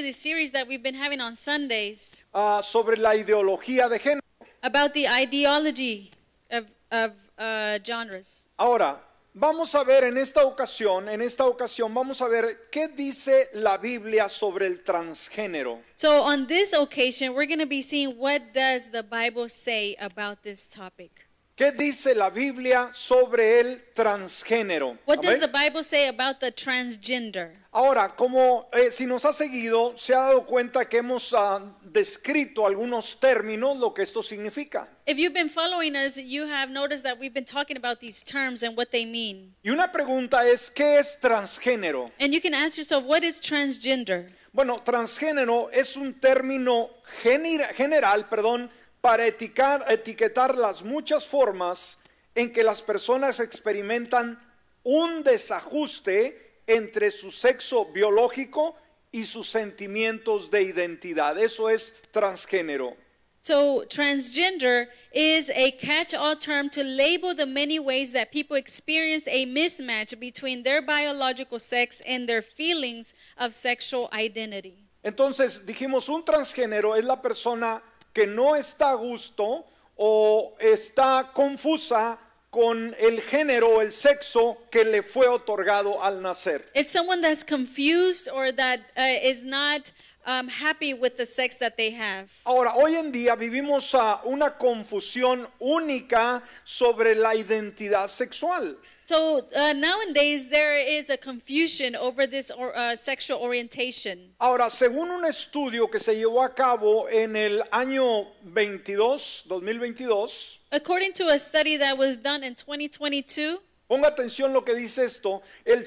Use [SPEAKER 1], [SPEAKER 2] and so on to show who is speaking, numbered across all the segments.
[SPEAKER 1] this series that we've been having on Sundays
[SPEAKER 2] ah, sobre la ideología de género.
[SPEAKER 1] about the ideology of, of uh, genres.
[SPEAKER 2] Ahora, vamos a ver en esta ocasión, en esta ocasión vamos a ver qué dice la Biblia sobre el transgénero.
[SPEAKER 1] So on this occasion, we're going to be seeing what does the Bible say about this topic.
[SPEAKER 2] ¿Qué dice la Biblia sobre el transgénero?
[SPEAKER 1] What does
[SPEAKER 2] Amén.
[SPEAKER 1] the Bible say about the transgender?
[SPEAKER 2] Ahora, como eh, si nos ha seguido, se ha dado cuenta que hemos ah, descrito algunos términos, lo que esto significa.
[SPEAKER 1] If you've been following us, you have noticed that we've been talking about these terms and what they mean.
[SPEAKER 2] Y una pregunta es, ¿qué es transgénero?
[SPEAKER 1] And you can ask yourself, what is transgender?
[SPEAKER 2] Bueno, transgénero es un término genera- general, perdón, para eticar- etiquetar las muchas formas en que las personas experimentan un desajuste entre su sexo biológico y sus sentimientos de identidad. Eso es transgénero.
[SPEAKER 1] So, transgender is a catch all term to label the many ways that people experience a mismatch between their biological sex and their feelings of sexual identity.
[SPEAKER 2] Entonces dijimos, un transgénero es la persona que no está a gusto o está confusa con el género o el sexo que le fue otorgado al nacer.
[SPEAKER 1] It's someone that's confused or that uh, is not um, happy with the sex that they have.
[SPEAKER 2] Ahora, hoy en día vivimos ah, una confusión única sobre la identidad sexual.
[SPEAKER 1] So, uh, nowadays, there is a confusion over this or, uh, sexual orientation.
[SPEAKER 2] Ahora, según un estudio que se llevó a cabo en el año 22, 2022,
[SPEAKER 1] According to a study that was done in 2022,
[SPEAKER 2] Ponga atención lo que dice esto, el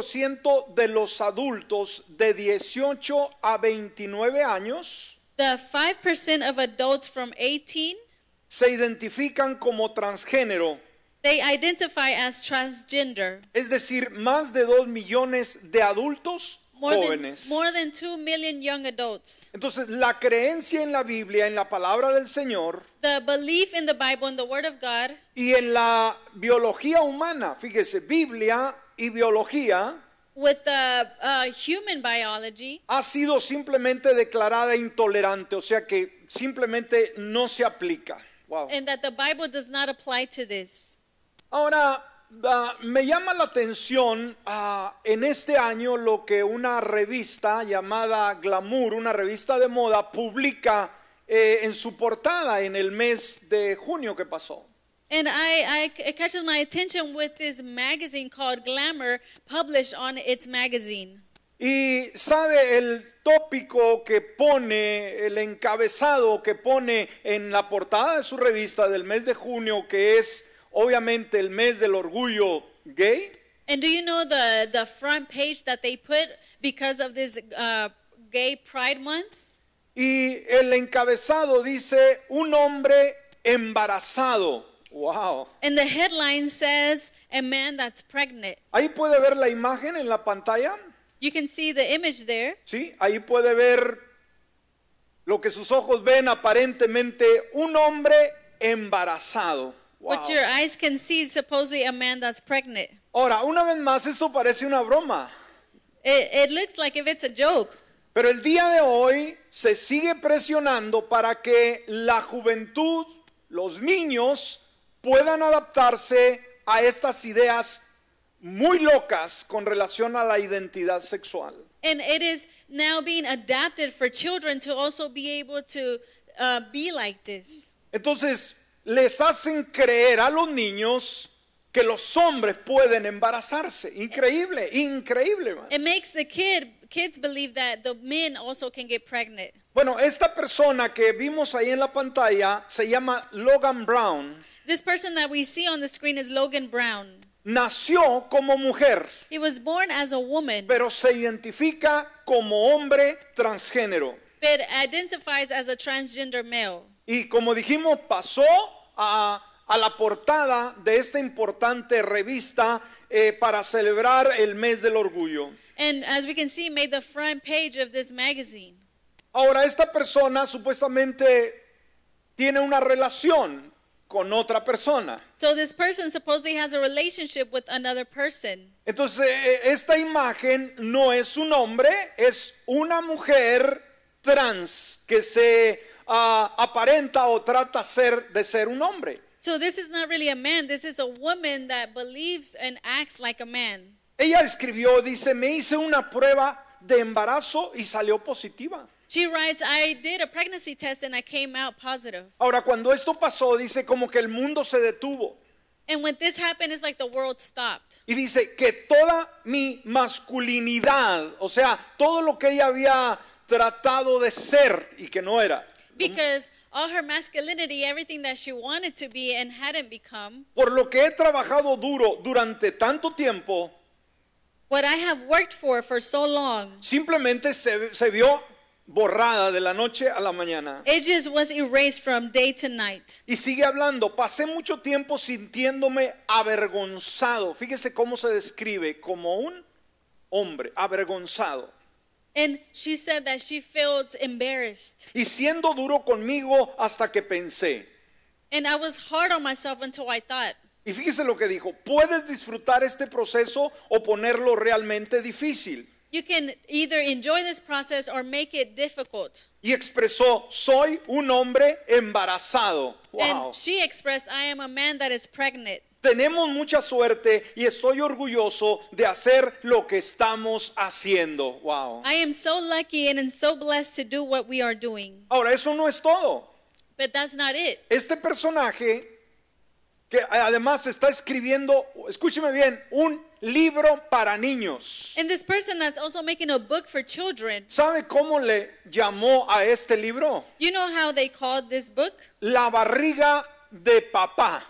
[SPEAKER 2] 5% de los adultos de 18 a 29 años
[SPEAKER 1] The 5% of adults from 18,
[SPEAKER 2] se identifican como transgénero,
[SPEAKER 1] they identify as transgender.
[SPEAKER 2] es decir, más de 2 millones de adultos
[SPEAKER 1] More than,
[SPEAKER 2] jóvenes.
[SPEAKER 1] more than 2 million young adults.
[SPEAKER 2] Entonces, la creencia en la Biblia, en la palabra del Señor
[SPEAKER 1] The belief in the Bible and the Word of God
[SPEAKER 2] y en la biología humana, fíjese, Biblia y biología
[SPEAKER 1] with the uh, human biology
[SPEAKER 2] ha sido simplemente declarada intolerante, o sea que simplemente no se aplica. Wow.
[SPEAKER 1] and that the Bible does not apply to this.
[SPEAKER 2] Ahora, ah, me llama la atención ah, en este año lo que una revista llamada Glamour, una revista de moda, publica eh, en su portada en el mes de junio que pasó.
[SPEAKER 1] And I, I, it catches my attention with this magazine called Glamour published on its magazine.
[SPEAKER 2] Y sabe el tópico que pone, el encabezado que pone en la portada de su revista del mes de junio, que es obviamente el mes del orgullo gay.
[SPEAKER 1] And do you know the, the front page that they put because of this uh, Gay Pride Month?
[SPEAKER 2] Y el encabezado dice un hombre embarazado. Wow.
[SPEAKER 1] And the headline says, A man that's pregnant.
[SPEAKER 2] Ahí puede ver la imagen en la pantalla.
[SPEAKER 1] You can see the image there.
[SPEAKER 2] Sí, ahí puede ver lo que sus ojos ven aparentemente un hombre embarazado. Wow.
[SPEAKER 1] What your eyes can see is supposedly a man that's pregnant.
[SPEAKER 2] Ahora, una vez más, esto parece una broma,
[SPEAKER 1] It, it looks like if it's a joke.
[SPEAKER 2] pero el día de hoy se sigue presionando para que la juventud, los niños, puedan adaptarse a estas ideas muy locas con relación a la identidad sexual.
[SPEAKER 1] And it is now being adapted for children to also be able to uh, be like this.
[SPEAKER 2] Entonces, les hacen creer a los niños que los hombres pueden embarazarse. Increíble, increíble. man.
[SPEAKER 1] It makes the kid kids believe that the men also can get pregnant.
[SPEAKER 2] Bueno, esta persona que vimos ahí en la pantalla se llama Logan Brown.
[SPEAKER 1] This person that we see on the screen is Logan Brown.
[SPEAKER 2] Nació como mujer,
[SPEAKER 1] He was born as a woman,
[SPEAKER 2] pero se identifica como hombre transgénero.
[SPEAKER 1] but identifies as a transgender male.
[SPEAKER 2] Y como dijimos, pasó a, a la portada de esta importante revista eh, para celebrar el mes del orgullo.
[SPEAKER 1] And as we can see, made the front page of this magazine.
[SPEAKER 2] Ahora, esta persona supuestamente tiene una relación con otra persona.
[SPEAKER 1] So this person supposedly has a relationship with another person.
[SPEAKER 2] Entonces, eh, esta imagen no es un hombre, es una mujer trans que se ah, aparenta o trata ser de ser un hombre.
[SPEAKER 1] So this is not really a man. This is a woman that believes and acts like a man.
[SPEAKER 2] Ella escribió, dice, me hice una prueba de embarazo y salió positiva.
[SPEAKER 1] She writes, I did a pregnancy test and I came out positive.
[SPEAKER 2] Ahora, cuando esto pasó, dice como que el mundo se detuvo.
[SPEAKER 1] And when this happened, it's like the world stopped.
[SPEAKER 2] Y dice que toda mi masculinidad, o sea, todo lo que ella había tratado de ser y que no era,
[SPEAKER 1] Because all her masculinity, everything that she wanted to be and hadn't become,
[SPEAKER 2] por lo que he trabajado duro durante tanto tiempo,
[SPEAKER 1] what I have worked for for so long,
[SPEAKER 2] simplemente se, se vio borrada de la noche a la mañana.
[SPEAKER 1] it just was erased from day to night.
[SPEAKER 2] Y sigue hablando, pasé mucho tiempo sintiéndome avergonzado. Fíjese cómo se describe como un hombre, avergonzado.
[SPEAKER 1] And she said that she felt embarrassed.
[SPEAKER 2] Y siendo duro conmigo hasta que pensé.
[SPEAKER 1] And I was hard on myself until I thought,
[SPEAKER 2] Y fíjese lo que dijo, puedes disfrutar este proceso o ponerlo realmente difícil.
[SPEAKER 1] you can either enjoy this process or make it difficult.
[SPEAKER 2] Y expresó, soy un hombre embarazado. Wow.
[SPEAKER 1] And she expressed, I am a man that is pregnant.
[SPEAKER 2] Tenemos mucha suerte y estoy orgulloso de hacer lo que estamos haciendo. Wow.
[SPEAKER 1] I am so lucky and am so blessed to do what we are doing.
[SPEAKER 2] Ahora, eso no es todo.
[SPEAKER 1] But that's not it.
[SPEAKER 2] Este personaje, que además está escribiendo, escúcheme bien, un libro para niños.
[SPEAKER 1] And this person that's also making a book for children,
[SPEAKER 2] ¿Sabe cómo le llamó a este libro?
[SPEAKER 1] you know how they called this book?
[SPEAKER 2] La barriga de papá.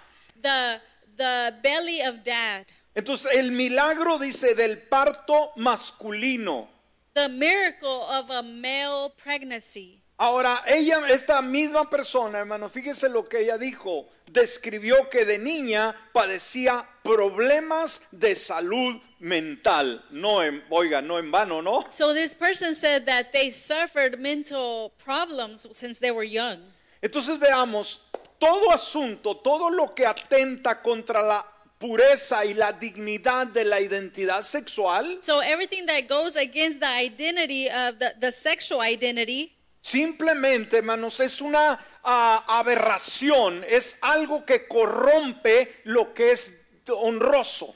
[SPEAKER 1] The the belly of dad.
[SPEAKER 2] Entonces, el milagro dice del parto masculino.
[SPEAKER 1] The miracle of a male pregnancy.
[SPEAKER 2] Ahora, ella, esta misma persona, hermano, fíjese lo que ella dijo. Describió que de niña padecía problemas de salud mental. No, en, oiga, no en vano, ¿no?
[SPEAKER 1] So this person said that they suffered mental problems since they were young.
[SPEAKER 2] Entonces veamos, todo asunto, todo lo que atenta contra la pureza y la dignidad de la identidad sexual,
[SPEAKER 1] So everything that goes against the identity of the, the sexual identity
[SPEAKER 2] simplemente, hermanos, es una ah, aberración, es algo que corrompe lo que es honroso.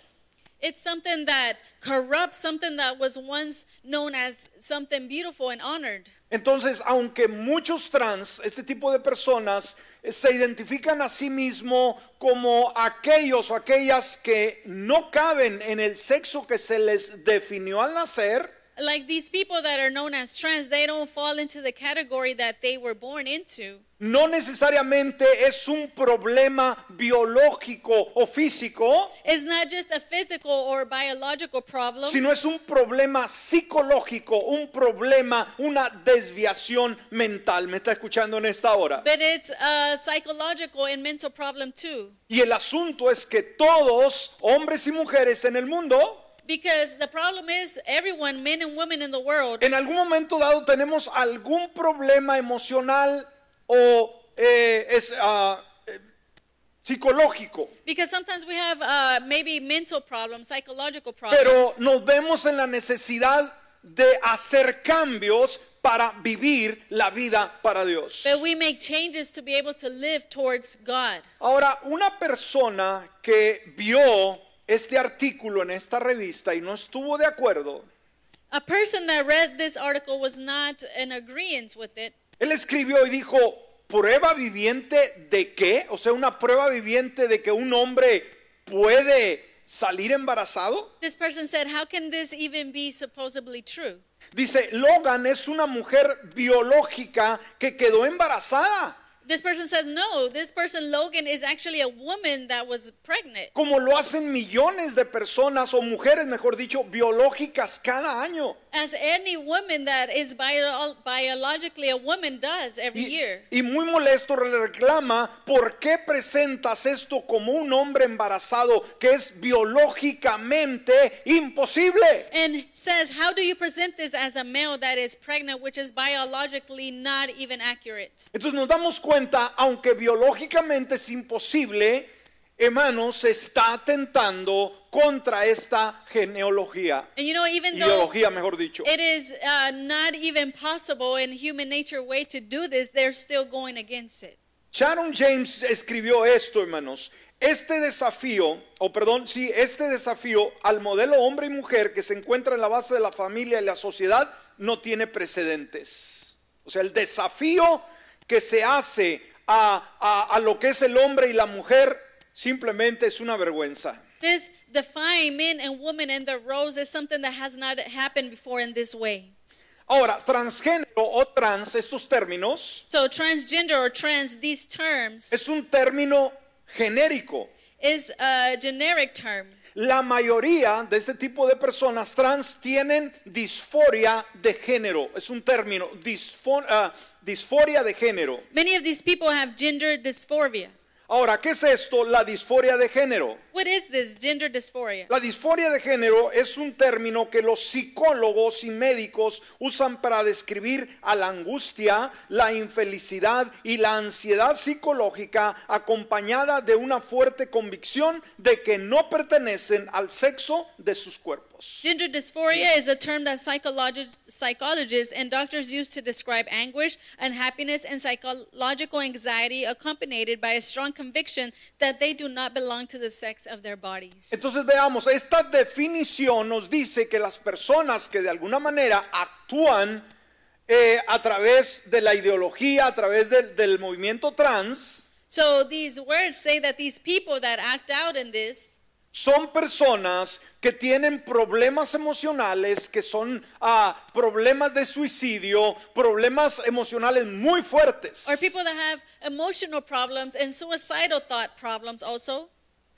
[SPEAKER 1] It's something that corrupts something that was once known as something beautiful and honored.
[SPEAKER 2] Entonces, aunque muchos trans, este tipo de personas, eh, se identifican a sí mismo como aquellos o aquellas que no caben en el sexo que se les definió al nacer,
[SPEAKER 1] Like these people that are known as trans, they don't fall into the category that they were born into.
[SPEAKER 2] no necesariamente es un problema biológico o físico,
[SPEAKER 1] It's not just a physical or biological problem,
[SPEAKER 2] sino es un problema psicológico, un problema, una desviación mental. ¿Me está escuchando en esta hora?
[SPEAKER 1] but it's a psychological and mental problem too.
[SPEAKER 2] Y el asunto es que todos, hombres y mujeres en el mundo,
[SPEAKER 1] Because the problem is everyone, men and women in the world,
[SPEAKER 2] en algún momento dado tenemos algún problema emocional o eh, es, ah, eh, psicológico,
[SPEAKER 1] because sometimes we have uh, maybe mental problems, psychological problems.
[SPEAKER 2] pero nos vemos en la necesidad de hacer cambios para vivir la vida para Dios.
[SPEAKER 1] But we make changes to be able to live towards God.
[SPEAKER 2] Ahora, una persona que vio este artículo en esta revista y no estuvo de acuerdo,
[SPEAKER 1] A person that read this article was not in agreement with it.
[SPEAKER 2] él escribió y dijo, prueba viviente de qué? O sea, una prueba viviente de que un hombre puede salir embarazado.
[SPEAKER 1] This person said, How can this even be supposedly true?
[SPEAKER 2] Dice, Logan es una mujer biológica que quedó embarazada,
[SPEAKER 1] This person says, No, this person, Logan, is actually a woman that was pregnant,
[SPEAKER 2] como lo hacen millones de personas o mujeres, mejor dicho, biológicas cada año.
[SPEAKER 1] as any woman that is bio- biologically a woman does every
[SPEAKER 2] Y,
[SPEAKER 1] year.
[SPEAKER 2] y muy molesto le reclama, ¿por qué presentas esto como un hombre embarazado que es biológicamente imposible?
[SPEAKER 1] And says, How do you present this as a male that is pregnant, which is biologically not even accurate?
[SPEAKER 2] Entonces nos damos cuenta, aunque biológicamente es imposible, hermano, se está atentando contra esta genealogía.
[SPEAKER 1] And you know, even though
[SPEAKER 2] Ideología, mejor dicho.
[SPEAKER 1] it is uh, not even possible in human nature way to do this, they're still going against it.
[SPEAKER 2] Sharon James escribió esto, hermanos. Este desafío, o perdón, sí, este desafío al modelo hombre y mujer que se encuentra en la base de la familia y la sociedad no tiene precedentes. O sea, el desafío que se hace a, a- a lo que es el hombre y la mujer simplemente es una vergüenza.
[SPEAKER 1] This defying men and women and their roles is something that has not happened before in this way.
[SPEAKER 2] Ahora, transgénero o trans, estos términos,
[SPEAKER 1] So transgender or trans, these terms
[SPEAKER 2] es un término genérico.
[SPEAKER 1] is a generic term.
[SPEAKER 2] La mayoría de este tipo de personas trans tienen disforia de género. Es un término, disfo- ah, disforia de género.
[SPEAKER 1] Many of these people have gender dysphoria.
[SPEAKER 2] Ahora, ¿qué es esto? La disforia de género.
[SPEAKER 1] What is this gender dysphoria?
[SPEAKER 2] La disforia de género es un término que los psicólogos y médicos usan para describir a la angustia, la infelicidad y la ansiedad psicológica acompañada de una fuerte convicción de que no pertenecen al sexo de sus cuerpos.
[SPEAKER 1] Gender dysphoria is a term that psychologist, psychologists and doctors use to describe anguish, unhappiness, and psychological anxiety accompanied by a strong conviction that they do not belong to the sex of their bodies.
[SPEAKER 2] Entonces veamos, esta definición nos dice que las personas que de alguna manera actúan eh, a través de la ideología, a través del- del movimiento trans,
[SPEAKER 1] So these words say that these people that act out in this
[SPEAKER 2] son personas que tienen problemas emocionales, que son ah, problemas de suicidio, problemas emocionales muy fuertes.
[SPEAKER 1] are people that have emotional problems and suicidal thought problems also.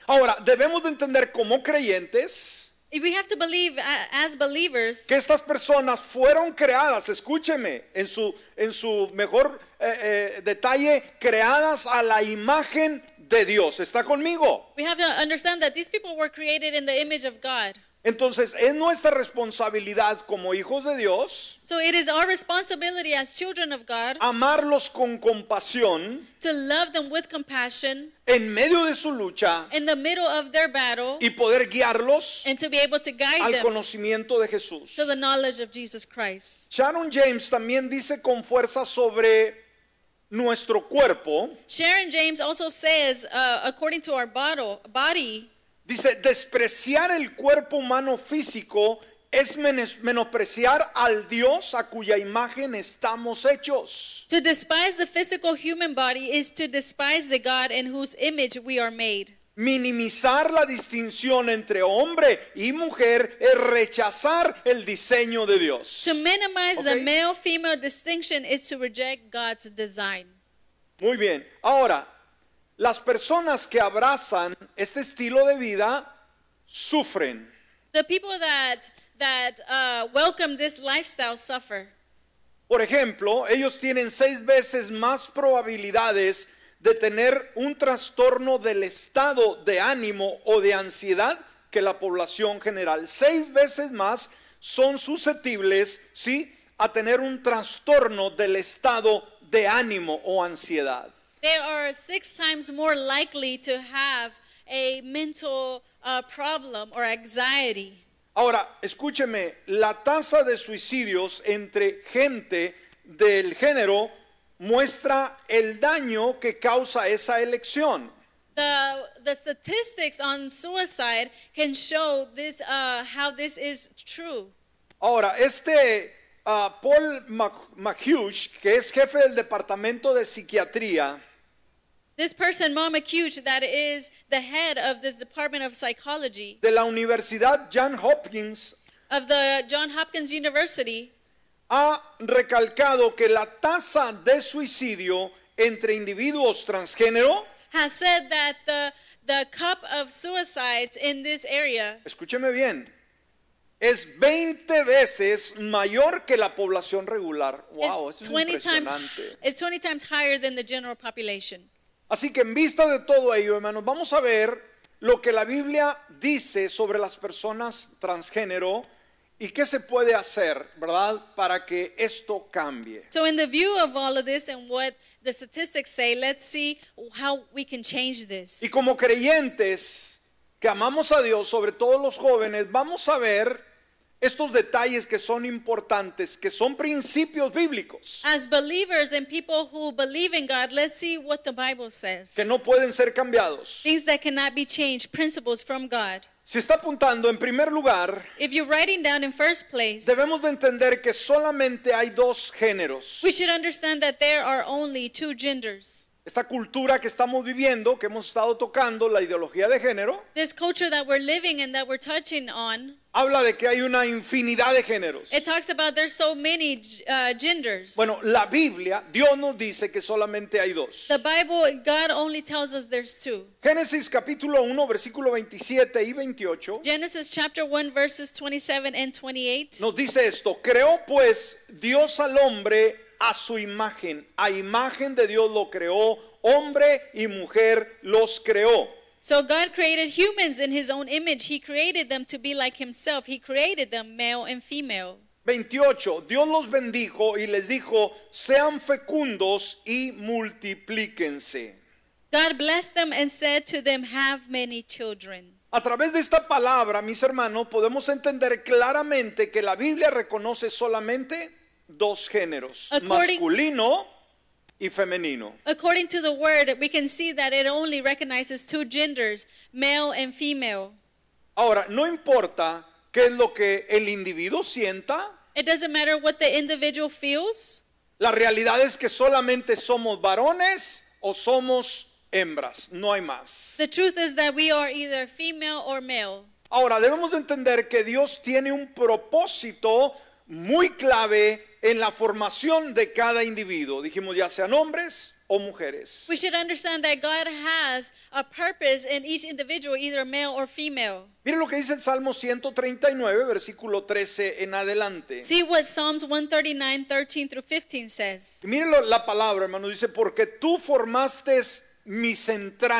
[SPEAKER 2] Ahora, debemos de entender como creyentes
[SPEAKER 1] If we have to believe a- as believers
[SPEAKER 2] que estas personas fueron creadas, escúcheme, en su, en su mejor eh, eh, detalle, creadas a la imagen de Dios. ¿Está conmigo?
[SPEAKER 1] We have to understand that these people were created in the image of God.
[SPEAKER 2] Entonces, es nuestra responsabilidad como hijos de Dios
[SPEAKER 1] So it is our responsibility as children of God
[SPEAKER 2] amarlos con compasión
[SPEAKER 1] to love them with compassion
[SPEAKER 2] en medio de su lucha
[SPEAKER 1] in the middle of their battle
[SPEAKER 2] y poder guiarlos
[SPEAKER 1] and to be able to guide
[SPEAKER 2] al
[SPEAKER 1] them
[SPEAKER 2] conocimiento de Jesús.
[SPEAKER 1] to the knowledge of Jesus Christ.
[SPEAKER 2] Sharon James también dice con fuerza sobre nuestro cuerpo,
[SPEAKER 1] Sharon James also says, uh, according to our bottle, body,
[SPEAKER 2] dice, despreciar el cuerpo humano físico es menes- menospreciar al Dios a cuya imagen estamos hechos.
[SPEAKER 1] to despise the physical human body is to despise the God in whose image we are made.
[SPEAKER 2] Minimizar la distinción entre hombre y mujer es rechazar el diseño de Dios.
[SPEAKER 1] To minimize
[SPEAKER 2] Okay.
[SPEAKER 1] the male female distinction is to reject God's design.
[SPEAKER 2] Muy bien. Ahora, las personas que abrazan este estilo de vida sufren.
[SPEAKER 1] The people that that uh, welcome this lifestyle suffer.
[SPEAKER 2] Por ejemplo, ellos tienen seis veces más probabilidades de tener un trastorno del estado de ánimo o de ansiedad que la población general. Seis veces más son susceptibles, ¿sí?, a tener un trastorno del estado de ánimo o ansiedad.
[SPEAKER 1] They are six times more likely to have a mental uh, problem or anxiety.
[SPEAKER 2] Ahora, escúcheme, la tasa de suicidios entre gente del género muestra el daño que causa esa elección.
[SPEAKER 1] The the statistics on suicide can show this uh, how this is true.
[SPEAKER 2] Ahora, este ah, Paul Mc- McHugh, que es jefe del Departamento de Psiquiatría,
[SPEAKER 1] This person, Mama Cute, that is the head of this Department of Psychology
[SPEAKER 2] de la Universidad John Hopkins,
[SPEAKER 1] of the John Hopkins University,
[SPEAKER 2] ha recalcado que la tasa de suicidio entre individuos transgénero,
[SPEAKER 1] has said that the the cup of suicides in this area
[SPEAKER 2] escúcheme bien, es 20 veces mayor que la población regular. Wow,
[SPEAKER 1] it's
[SPEAKER 2] eso es
[SPEAKER 1] 20 times
[SPEAKER 2] impresionante.
[SPEAKER 1] it's 20 times higher than the general population.
[SPEAKER 2] Así que en vista de todo ello, hermanos, vamos a ver lo que la Biblia dice sobre las personas transgénero ¿Y qué se puede hacer, verdad, para que esto cambie?
[SPEAKER 1] So, in the view of all of this and what the statistics say, let's see how we can change this.
[SPEAKER 2] Y como creyentes que amamos a Dios, sobre todo los jóvenes, vamos a ver estos detalles que son importantes, que son principios bíblicos,
[SPEAKER 1] As believers and people who believe in God, let's see what the Bible says.
[SPEAKER 2] que no pueden ser cambiados.
[SPEAKER 1] Things that cannot be changed, principles from God.
[SPEAKER 2] Si está apuntando, en primer lugar,
[SPEAKER 1] If you're writing down in first place,
[SPEAKER 2] debemos de entender que solamente hay dos géneros.
[SPEAKER 1] we should understand that there are only two genders.
[SPEAKER 2] Esta cultura que estamos viviendo, que hemos estado tocando, la ideología de género,
[SPEAKER 1] This culture that we're living in, that we're touching on,
[SPEAKER 2] habla de que hay una infinidad de géneros.
[SPEAKER 1] it talks about there's so many uh, genders.
[SPEAKER 2] Bueno, la Biblia, Dios nos dice que solamente hay dos.
[SPEAKER 1] the Bible, God only tells us there's two.
[SPEAKER 2] Génesis capítulo 1, versículo 27 y 28
[SPEAKER 1] Genesis chapter 1, verses 27 and 28.
[SPEAKER 2] nos dice esto, creó pues Dios al hombre a su imagen, a imagen de Dios lo creó, hombre y mujer los creó.
[SPEAKER 1] So God created humans in his own image. He created them to be like himself. He created them male and female.
[SPEAKER 2] 28, Dios los bendijo y les dijo, sean fecundos y multiplíquense.
[SPEAKER 1] God blessed them and said to them, Have many children.
[SPEAKER 2] A través de esta palabra, mis hermanos, podemos entender claramente que la Biblia reconoce solamente dos géneros,
[SPEAKER 1] According-
[SPEAKER 2] masculino y femenino.
[SPEAKER 1] According to the word, we can see that it only recognizes two genders, male and female.
[SPEAKER 2] Ahora, no importa qué es lo que el individuo sienta,
[SPEAKER 1] It doesn't matter what the individual feels.
[SPEAKER 2] la realidad es que solamente somos varones o somos hembras, no hay más.
[SPEAKER 1] The truth is that we are either female or male.
[SPEAKER 2] Ahora, debemos de entender que Dios tiene un propósito muy clave en la formación de cada individuo. Dijimos ya sean hombres o mujeres.
[SPEAKER 1] We should understand that God has a purpose in each individual, either male or female.
[SPEAKER 2] Miren lo que dice el Salmo 139, versículo 13 en adelante.
[SPEAKER 1] See what Psalms 139, 13 through 15 says.
[SPEAKER 2] Miren lo- la palabra, hermano, dice, porque tú formaste mis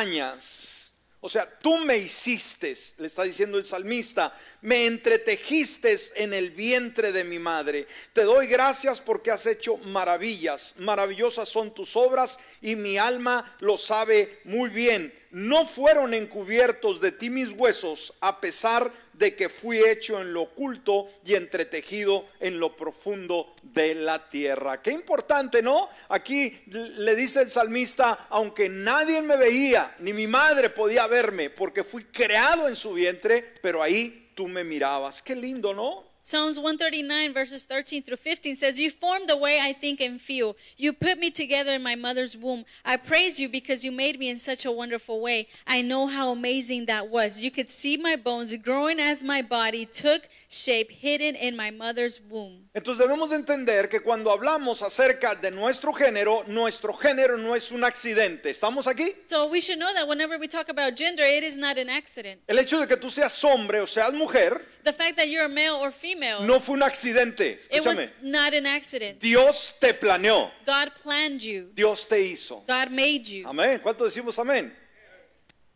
[SPEAKER 2] entrañas. O sea, tú me hiciste, le está diciendo el salmista, me entretejiste en el vientre de mi madre. Te doy gracias porque has hecho maravillas. Maravillosas son tus obras y mi alma lo sabe muy bien. No fueron encubiertos de ti mis huesos, a pesar de que fui hecho en lo oculto y entretejido en lo profundo de la tierra. Qué importante, ¿no? Aquí le dice el salmista, aunque nadie me veía, ni mi madre podía verme, porque fui creado en su vientre, pero ahí tú me mirabas. Qué lindo, ¿no?
[SPEAKER 1] Psalms 139, verses 13 through 15 says, You formed the way I think and feel. You put me together in my mother's womb. I praise you because you made me in such a wonderful way. I know how amazing that was. You could see my bones growing as my body took shape hidden in my mother's womb.
[SPEAKER 2] Entonces debemos de entender que cuando hablamos acerca de nuestro género, nuestro género no es un accidente. ¿Estamos aquí?
[SPEAKER 1] So we should know that whenever we talk about gender, it is not an accident.
[SPEAKER 2] El hecho de que tú seas hombre o seas mujer
[SPEAKER 1] The fact that you're a male or female,
[SPEAKER 2] no fue un accidente.
[SPEAKER 1] it was
[SPEAKER 2] Escúchame.
[SPEAKER 1] not an accident.
[SPEAKER 2] Dios te planeó,
[SPEAKER 1] God planned you.
[SPEAKER 2] Dios te hizo.
[SPEAKER 1] God made you.
[SPEAKER 2] Amén. ¿Cuánto decimos amén?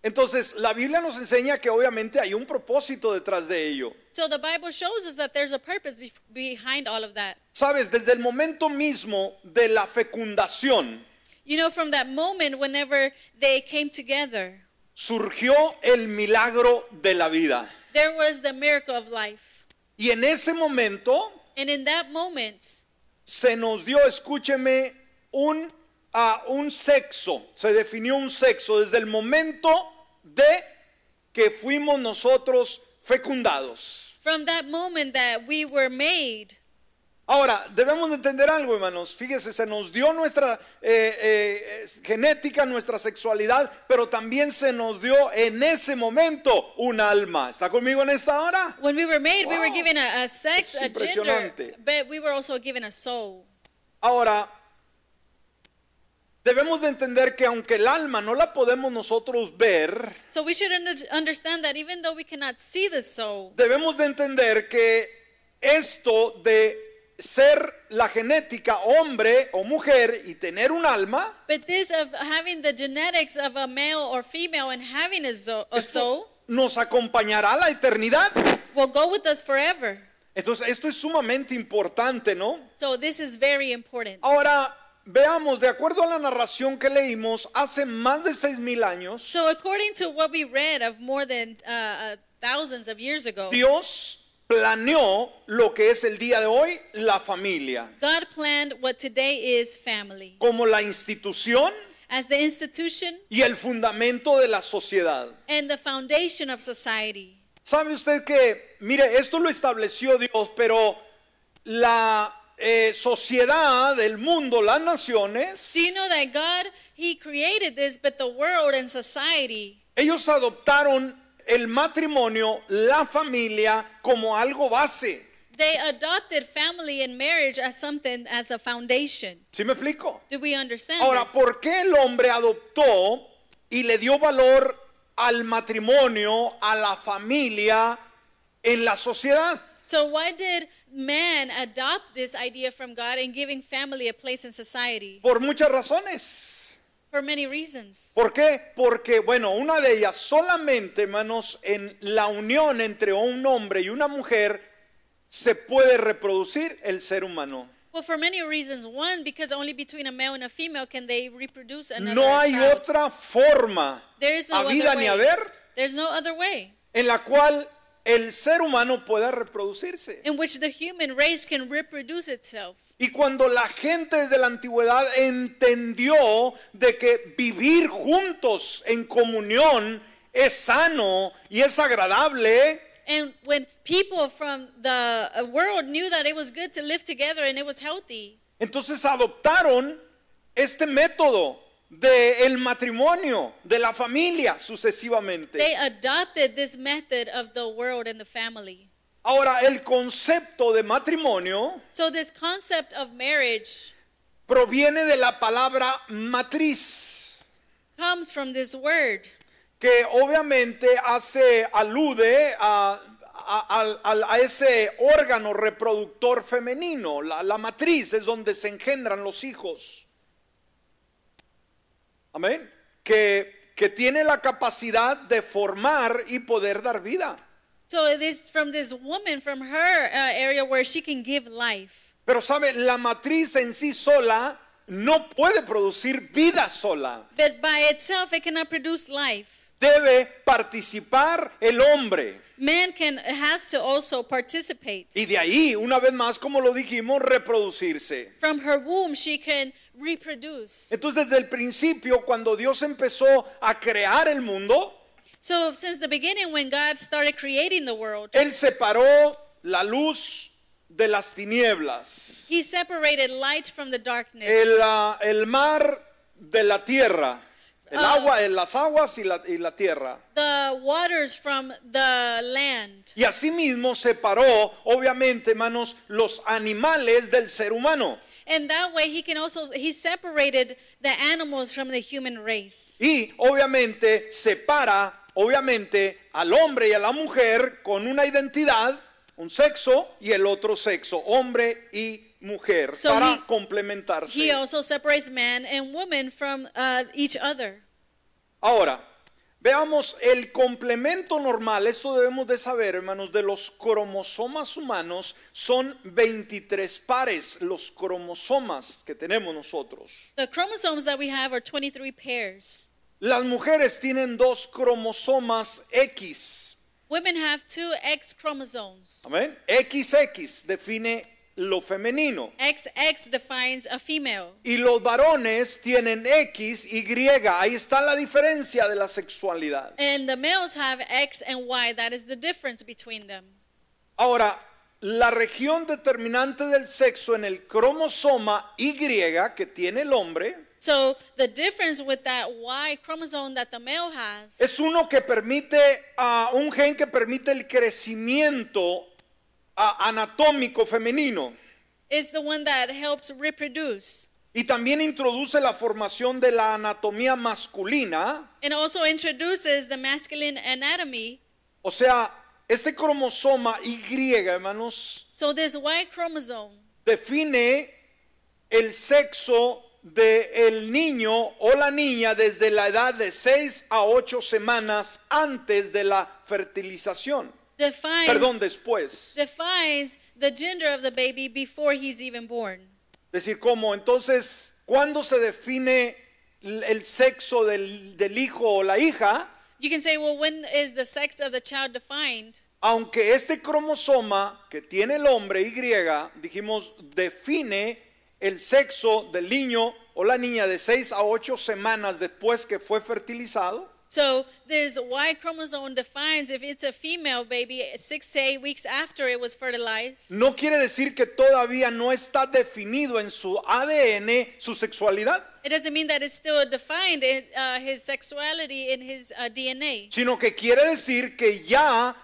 [SPEAKER 2] Entonces, la Biblia nos enseña que obviamente hay un propósito detrás de ello.
[SPEAKER 1] So the Bible shows us that there's a purpose be- behind all of that.
[SPEAKER 2] Sabes, desde el momento mismo de la fecundación
[SPEAKER 1] You know, from that moment, whenever they came together,
[SPEAKER 2] surgió el milagro de la vida.
[SPEAKER 1] there was the miracle of life.
[SPEAKER 2] Y en ese momento
[SPEAKER 1] And in that moment,
[SPEAKER 2] se nos dio, escúcheme, un, a un sexo, se definió un sexo desde el momento de que fuimos nosotros fecundados.
[SPEAKER 1] from that moment that we were made,
[SPEAKER 2] Ahora, debemos de entender algo, hermanos. Fíjese, se nos dio nuestra eh, eh, eh, genética, nuestra sexualidad, pero también se nos dio en ese momento un alma. ¿Está conmigo en esta hora?
[SPEAKER 1] when we were made, we were
[SPEAKER 2] Wow.
[SPEAKER 1] given a, a sex,
[SPEAKER 2] Es
[SPEAKER 1] a gender,
[SPEAKER 2] impresionante.
[SPEAKER 1] but we were also given a soul.
[SPEAKER 2] Ahora, debemos de entender que aunque el alma no la podemos nosotros ver,
[SPEAKER 1] So we should under- understand that even though we cannot see the soul,
[SPEAKER 2] debemos de entender que esto de ser la genética hombre o mujer y tener un alma
[SPEAKER 1] but this of having the genetics of a male or female and having a, zo- a
[SPEAKER 2] esto
[SPEAKER 1] soul
[SPEAKER 2] nos acompañará a la eternidad.
[SPEAKER 1] will go with us forever.
[SPEAKER 2] Entonces, esto es sumamente importante, ¿no?
[SPEAKER 1] So this is very
[SPEAKER 2] Oh.
[SPEAKER 1] important.
[SPEAKER 2] Ahora, veamos, de acuerdo a la narración que leímos, hace más de 6.000 años,
[SPEAKER 1] So according to what we read of more than uh, uh, thousands of years ago,
[SPEAKER 2] Dios planeó lo que es el día de hoy, la familia,
[SPEAKER 1] God planned what today is family
[SPEAKER 2] como la institución
[SPEAKER 1] as the institution
[SPEAKER 2] y el fundamento de la sociedad.
[SPEAKER 1] and the foundation of society.
[SPEAKER 2] ¿Sabe usted que, mire, esto lo estableció Dios, pero la eh, sociedad, el mundo, las naciones,
[SPEAKER 1] Do you know that God, He created this, but the world and society,
[SPEAKER 2] ellos adoptaron el matrimonio, la familia, como algo base.
[SPEAKER 1] they adopted family and marriage as something, as a foundation.
[SPEAKER 2] ¿Sí me explico?
[SPEAKER 1] Do we understand
[SPEAKER 2] Ahora,
[SPEAKER 1] this?
[SPEAKER 2] ¿por qué el hombre adoptó y le dio valor al matrimonio, a la familia, en la sociedad?
[SPEAKER 1] So why did man adopt this idea from God and giving family a place in society?
[SPEAKER 2] Por muchas razones.
[SPEAKER 1] For many reasons.
[SPEAKER 2] ¿Por qué? Porque, bueno, una de ellas, solamente, hermanos, en la unión entre un hombre y una mujer se puede reproducir el ser humano.
[SPEAKER 1] Well, for many reasons. One, because only between a male and a female can they reproduce another
[SPEAKER 2] No hay
[SPEAKER 1] child.
[SPEAKER 2] otra forma,
[SPEAKER 1] There is no
[SPEAKER 2] a
[SPEAKER 1] other
[SPEAKER 2] vida ni
[SPEAKER 1] way.
[SPEAKER 2] a ver,
[SPEAKER 1] There's no other way
[SPEAKER 2] en la cual el ser humano pueda reproducirse.
[SPEAKER 1] in which the human race can reproduce itself.
[SPEAKER 2] Y cuando la gente desde la antigüedad entendió de que vivir juntos en comunión es sano y es agradable,
[SPEAKER 1] And when people from the uh, world knew that it was good to live together and it was healthy,
[SPEAKER 2] Entonces adoptaron este método del matrimonio, de la familia, sucesivamente.
[SPEAKER 1] they adopted this method of the world and the family.
[SPEAKER 2] Ahora, el concepto de matrimonio
[SPEAKER 1] So this concept of marriage
[SPEAKER 2] proviene de la palabra matriz,
[SPEAKER 1] comes from this word.
[SPEAKER 2] que obviamente hace, alude a, a- a- a ese órgano reproductor femenino. La, la matriz es donde se engendran los hijos. Amén. Que, que tiene la capacidad de formar y poder dar vida.
[SPEAKER 1] So it is from this woman, from her uh, area where she can give life.
[SPEAKER 2] Pero sabe, la matriz en sí sola no puede producir vida sola.
[SPEAKER 1] But by itself, it cannot produce life.
[SPEAKER 2] Debe participar el hombre.
[SPEAKER 1] Man can has to also participate.
[SPEAKER 2] Y de ahí, una vez más, como lo dijimos, reproducirse.
[SPEAKER 1] From her womb, she can reproduce.
[SPEAKER 2] Entonces, desde el principio, cuando Dios empezó a crear el mundo,
[SPEAKER 1] So since the beginning, when God started creating the world,
[SPEAKER 2] Él separó la luz de las tinieblas,
[SPEAKER 1] He separated light from the darkness,
[SPEAKER 2] el, ah, el mar de la tierra, el
[SPEAKER 1] Ah.
[SPEAKER 2] agua, eh, las aguas y la, y la tierra.
[SPEAKER 1] the waters from the land.
[SPEAKER 2] Y asimismo separó, obviamente, hermanos, los animales del ser humano.
[SPEAKER 1] And that way, He can also He separated the animals from the human race.
[SPEAKER 2] Y obviamente separa, obviamente, al hombre y a la mujer con una identidad, un sexo y el otro sexo, hombre y mujer,
[SPEAKER 1] So
[SPEAKER 2] para
[SPEAKER 1] he-
[SPEAKER 2] complementarse.
[SPEAKER 1] He also separates man and woman from uh, each other.
[SPEAKER 2] Ahora, veamos el complemento normal, esto debemos de saber, hermanos, de los cromosomas humanos, son 23 pares los cromosomas que tenemos nosotros.
[SPEAKER 1] The chromosomes that we have are 23 pairs.
[SPEAKER 2] Las mujeres tienen dos cromosomas X.
[SPEAKER 1] Women have two X chromosomes.
[SPEAKER 2] Amén. XX define lo femenino.
[SPEAKER 1] XX defines a female.
[SPEAKER 2] Y los varones tienen X, Y. Ahí está la diferencia de la sexualidad.
[SPEAKER 1] And the males have X and Y. That is the difference between them.
[SPEAKER 2] Ahora, la región determinante del sexo en el cromosoma Y que tiene el hombre
[SPEAKER 1] So the difference with that Y chromosome that the male has
[SPEAKER 2] es uno que permite, a un gen que permite el crecimiento ah, anatómico femenino.
[SPEAKER 1] is the one that helps reproduce
[SPEAKER 2] Y también introduce la formación de la anatomía masculina,
[SPEAKER 1] and also introduces the masculine anatomy.
[SPEAKER 2] o sea, este cromosoma Y, hermanos,
[SPEAKER 1] So this Y chromosome
[SPEAKER 2] define el sexo de el niño o la niña desde la edad de 6 a 8 semanas antes de la fertilización.
[SPEAKER 1] defines,
[SPEAKER 2] perdón, después.
[SPEAKER 1] defines the gender of the baby before he's even born.
[SPEAKER 2] Decir cómo, entonces, ¿cuándo se define l- el sexo del, del hijo o la hija?
[SPEAKER 1] You can say, well, when is the sex of the child defined?
[SPEAKER 2] Aunque este cromosoma que tiene el hombre Y, dijimos, define el sexo del niño o la niña de 6 a 8 semanas después que fue fertilizado,
[SPEAKER 1] So this Y chromosome defines if it's a female baby six to eight weeks after it was fertilized.
[SPEAKER 2] no quiere decir que todavía no está definido en su ADN su sexualidad,
[SPEAKER 1] It doesn't mean that it's still defined in uh, his sexuality in his uh, DNA.
[SPEAKER 2] sino que quiere decir que ya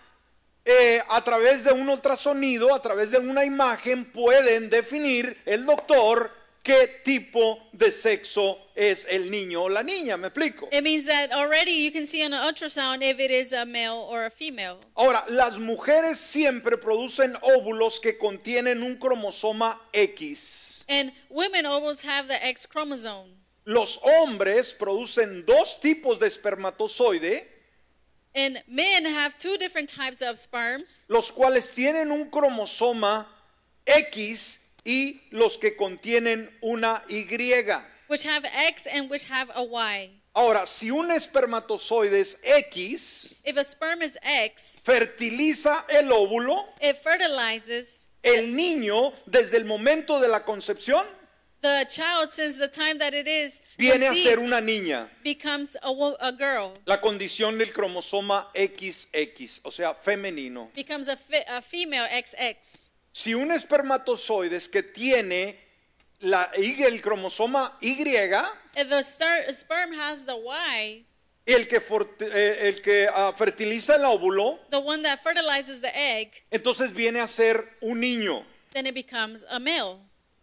[SPEAKER 2] eh, a través de un ultrasonido, a través de una imagen, pueden definir el doctor qué tipo de sexo es el niño o la niña, ¿me explico?
[SPEAKER 1] It means that already you can see on an ultrasound if it is a male or a female.
[SPEAKER 2] Ahora, las mujeres siempre producen óvulos que contienen un cromosoma X.
[SPEAKER 1] And women always have the X chromosome.
[SPEAKER 2] Los hombres producen dos tipos de espermatozoide,
[SPEAKER 1] And men have two different types of sperms.
[SPEAKER 2] los cuales tienen un cromosoma X y los que contienen una Y.
[SPEAKER 1] which have X and which have a Y.
[SPEAKER 2] Ahora, si un espermatozoide es X,
[SPEAKER 1] If a sperm is X,
[SPEAKER 2] fertiliza el óvulo,
[SPEAKER 1] it fertilizes
[SPEAKER 2] el niño desde el momento de la concepción
[SPEAKER 1] the child since the time that it is
[SPEAKER 2] viene a ser
[SPEAKER 1] conceived,
[SPEAKER 2] una niña.
[SPEAKER 1] becomes a, wo- a girl,
[SPEAKER 2] La condición del cromosoma XX, o sea, femenino.
[SPEAKER 1] becomes a, fe- a female XX.
[SPEAKER 2] Si un espermatozoide es que tiene la Y, el cromosoma Y,
[SPEAKER 1] If the star- sperm has the Y,
[SPEAKER 2] el que, forti- eh, el que ah, fertiliza el óvulo,
[SPEAKER 1] the one that fertilizes the egg,
[SPEAKER 2] entonces viene a ser un niño
[SPEAKER 1] then it becomes a male,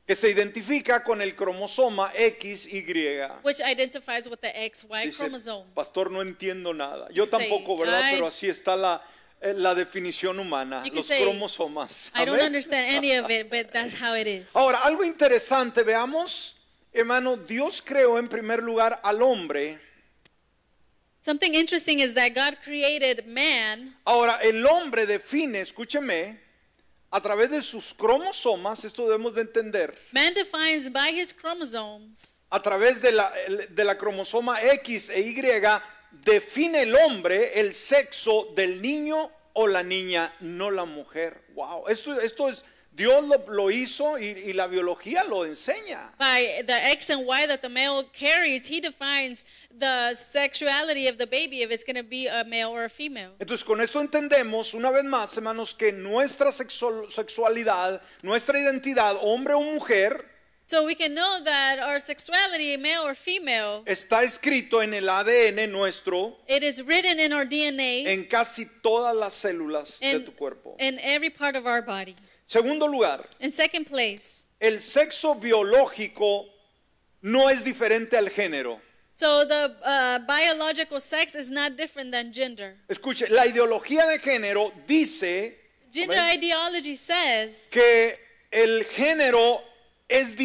[SPEAKER 2] que se identifica con el cromosoma XY.
[SPEAKER 1] which identifies with the XY
[SPEAKER 2] Dice,
[SPEAKER 1] chromosome.
[SPEAKER 2] pastor, no entiendo nada. Yo
[SPEAKER 1] You say,
[SPEAKER 2] tampoco, ¿verdad?
[SPEAKER 1] "I-
[SPEAKER 2] Pero así está la, eh, la definición humana,
[SPEAKER 1] You can
[SPEAKER 2] los
[SPEAKER 1] say,
[SPEAKER 2] cromosomas.
[SPEAKER 1] I don't
[SPEAKER 2] Amén.
[SPEAKER 1] understand any of it, but that's how it is.
[SPEAKER 2] Ahora, algo interesante, veamos, hermano, Dios creó en primer lugar al hombre.
[SPEAKER 1] Something interesting is that God created man
[SPEAKER 2] Ahora, el hombre define, escúcheme, a través de sus cromosomas, esto debemos de entender,
[SPEAKER 1] Man defines by his chromosomes.
[SPEAKER 2] a través de la, el- de la cromosoma X e Y, define el hombre el sexo del niño o la niña, no la mujer. Wow, esto, esto es, Dios lo, lo hizo y, y la biología lo enseña.
[SPEAKER 1] By the X and Y that the male carries, he defines the sexuality of the baby if it's going to be a male or a female.
[SPEAKER 2] Entonces con esto entendemos una vez más, hermanos, que nuestra sexo- sexualidad, nuestra identidad, hombre o mujer,
[SPEAKER 1] So we can know that our sexuality, male or female,
[SPEAKER 2] está escrito en el ADN nuestro,
[SPEAKER 1] it is written in our DNA
[SPEAKER 2] en casi todas las células de
[SPEAKER 1] and
[SPEAKER 2] tu cuerpo.
[SPEAKER 1] in every part of our body.
[SPEAKER 2] Segundo lugar,
[SPEAKER 1] In second place,
[SPEAKER 2] El sexo biológico no es diferente al género.
[SPEAKER 1] so the uh, biological sex is not different than gender.
[SPEAKER 2] Escuche, la ideología de género dice
[SPEAKER 1] Gender
[SPEAKER 2] Amén.
[SPEAKER 1] ideology says
[SPEAKER 2] que el género es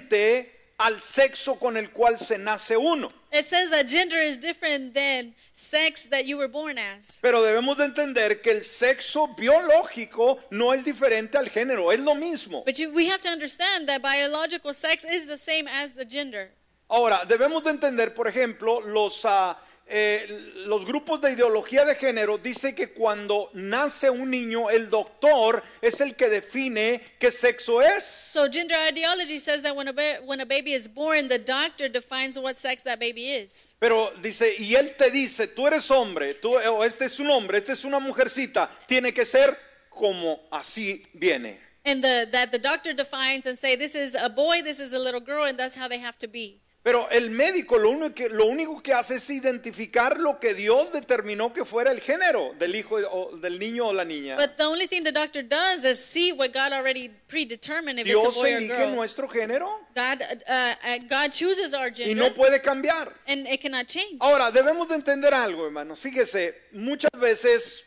[SPEAKER 2] diferente al sexo con el cual se nace uno.
[SPEAKER 1] it says that gender is different than sex that you were born as.
[SPEAKER 2] Pero debemos de entender que el sexo biológico no es diferente al género, es lo mismo.
[SPEAKER 1] But you, we have to understand that biological sex is the same as the gender.
[SPEAKER 2] Ahora, debemos de entender, por ejemplo, los, ah, eh, los grupos de ideología de género dicen que cuando nace un niño, el doctor es el que define qué sexo es.
[SPEAKER 1] So gender ideology says that when a ba- when a baby is born, the doctor defines what sex that baby is.
[SPEAKER 2] Pero dice, y él te dice, tú eres hombre, tú, o este es un hombre, este es una mujercita, tiene que ser como así viene.
[SPEAKER 1] And the, that the doctor defines and say this is a boy, this is a little girl, and that's how they have to be.
[SPEAKER 2] Pero el médico lo único, que, lo único que hace es identificar lo que Dios determinó que fuera el género del hijo o del niño o la niña.
[SPEAKER 1] But the only thing the doctor does is see what God already predetermined if
[SPEAKER 2] Dios
[SPEAKER 1] it's a boy or a
[SPEAKER 2] elige
[SPEAKER 1] girl.
[SPEAKER 2] nuestro género.
[SPEAKER 1] God, uh, uh, God chooses our
[SPEAKER 2] y
[SPEAKER 1] gender,
[SPEAKER 2] no Oh. puede cambiar.
[SPEAKER 1] and it cannot change.
[SPEAKER 2] Ahora, debemos de entender algo, hermanos. Fíjese, muchas veces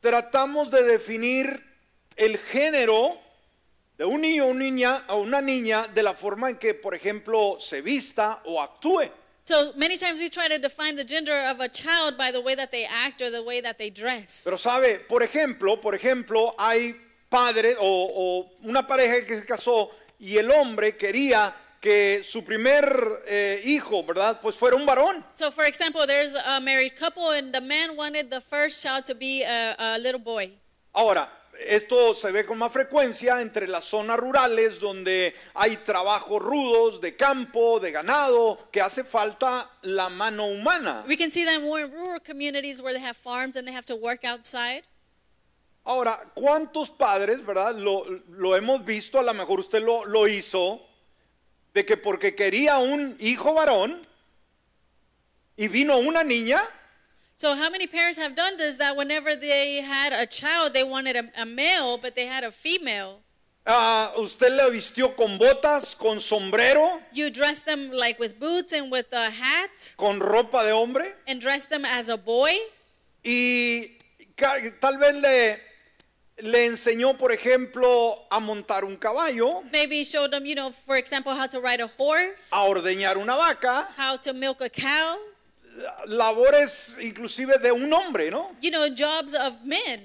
[SPEAKER 2] tratamos de definir el género de un niño o una niña, a una niña de la forma en que, por ejemplo, se vista o actúe.
[SPEAKER 1] So many times we try to define the gender of a child by the way that they act or the way that they dress.
[SPEAKER 2] Pero sabe, por ejemplo, por ejemplo, hay padres o, o una pareja que se casó y el hombre quería que su primer eh, hijo, ¿verdad? Pues fuera un varón.
[SPEAKER 1] So, for example, there's a married couple, and the man wanted the first child to be a, a little boy.
[SPEAKER 2] Ahora, esto se ve con más frecuencia entre las zonas rurales donde hay trabajos rudos de campo, de ganado, que hace falta la mano humana.
[SPEAKER 1] We can see that more in rural communities where they have farms and they have to work outside.
[SPEAKER 2] Ahora, ¿cuántos padres, verdad? Lo, lo hemos visto, a lo mejor usted lo, lo hizo, de que porque quería un hijo varón y vino una niña,
[SPEAKER 1] So, how many parents have done this that whenever they had a child, they wanted a, a male, but they had a female?
[SPEAKER 2] ah, usted la vistió con botas, con sombrero,
[SPEAKER 1] You dress them like with boots and with a hat,
[SPEAKER 2] con ropa de hombre
[SPEAKER 1] and dress them as a boy.
[SPEAKER 2] y ca- tal vez le, le enseñó, por ejemplo, a montar un caballo,
[SPEAKER 1] Maybe show them, you know, for example, how to ride a horse,
[SPEAKER 2] a ordeñar una vaca,
[SPEAKER 1] how to milk a cow,
[SPEAKER 2] labores inclusive de un hombre, ¿no?
[SPEAKER 1] you know, jobs of men.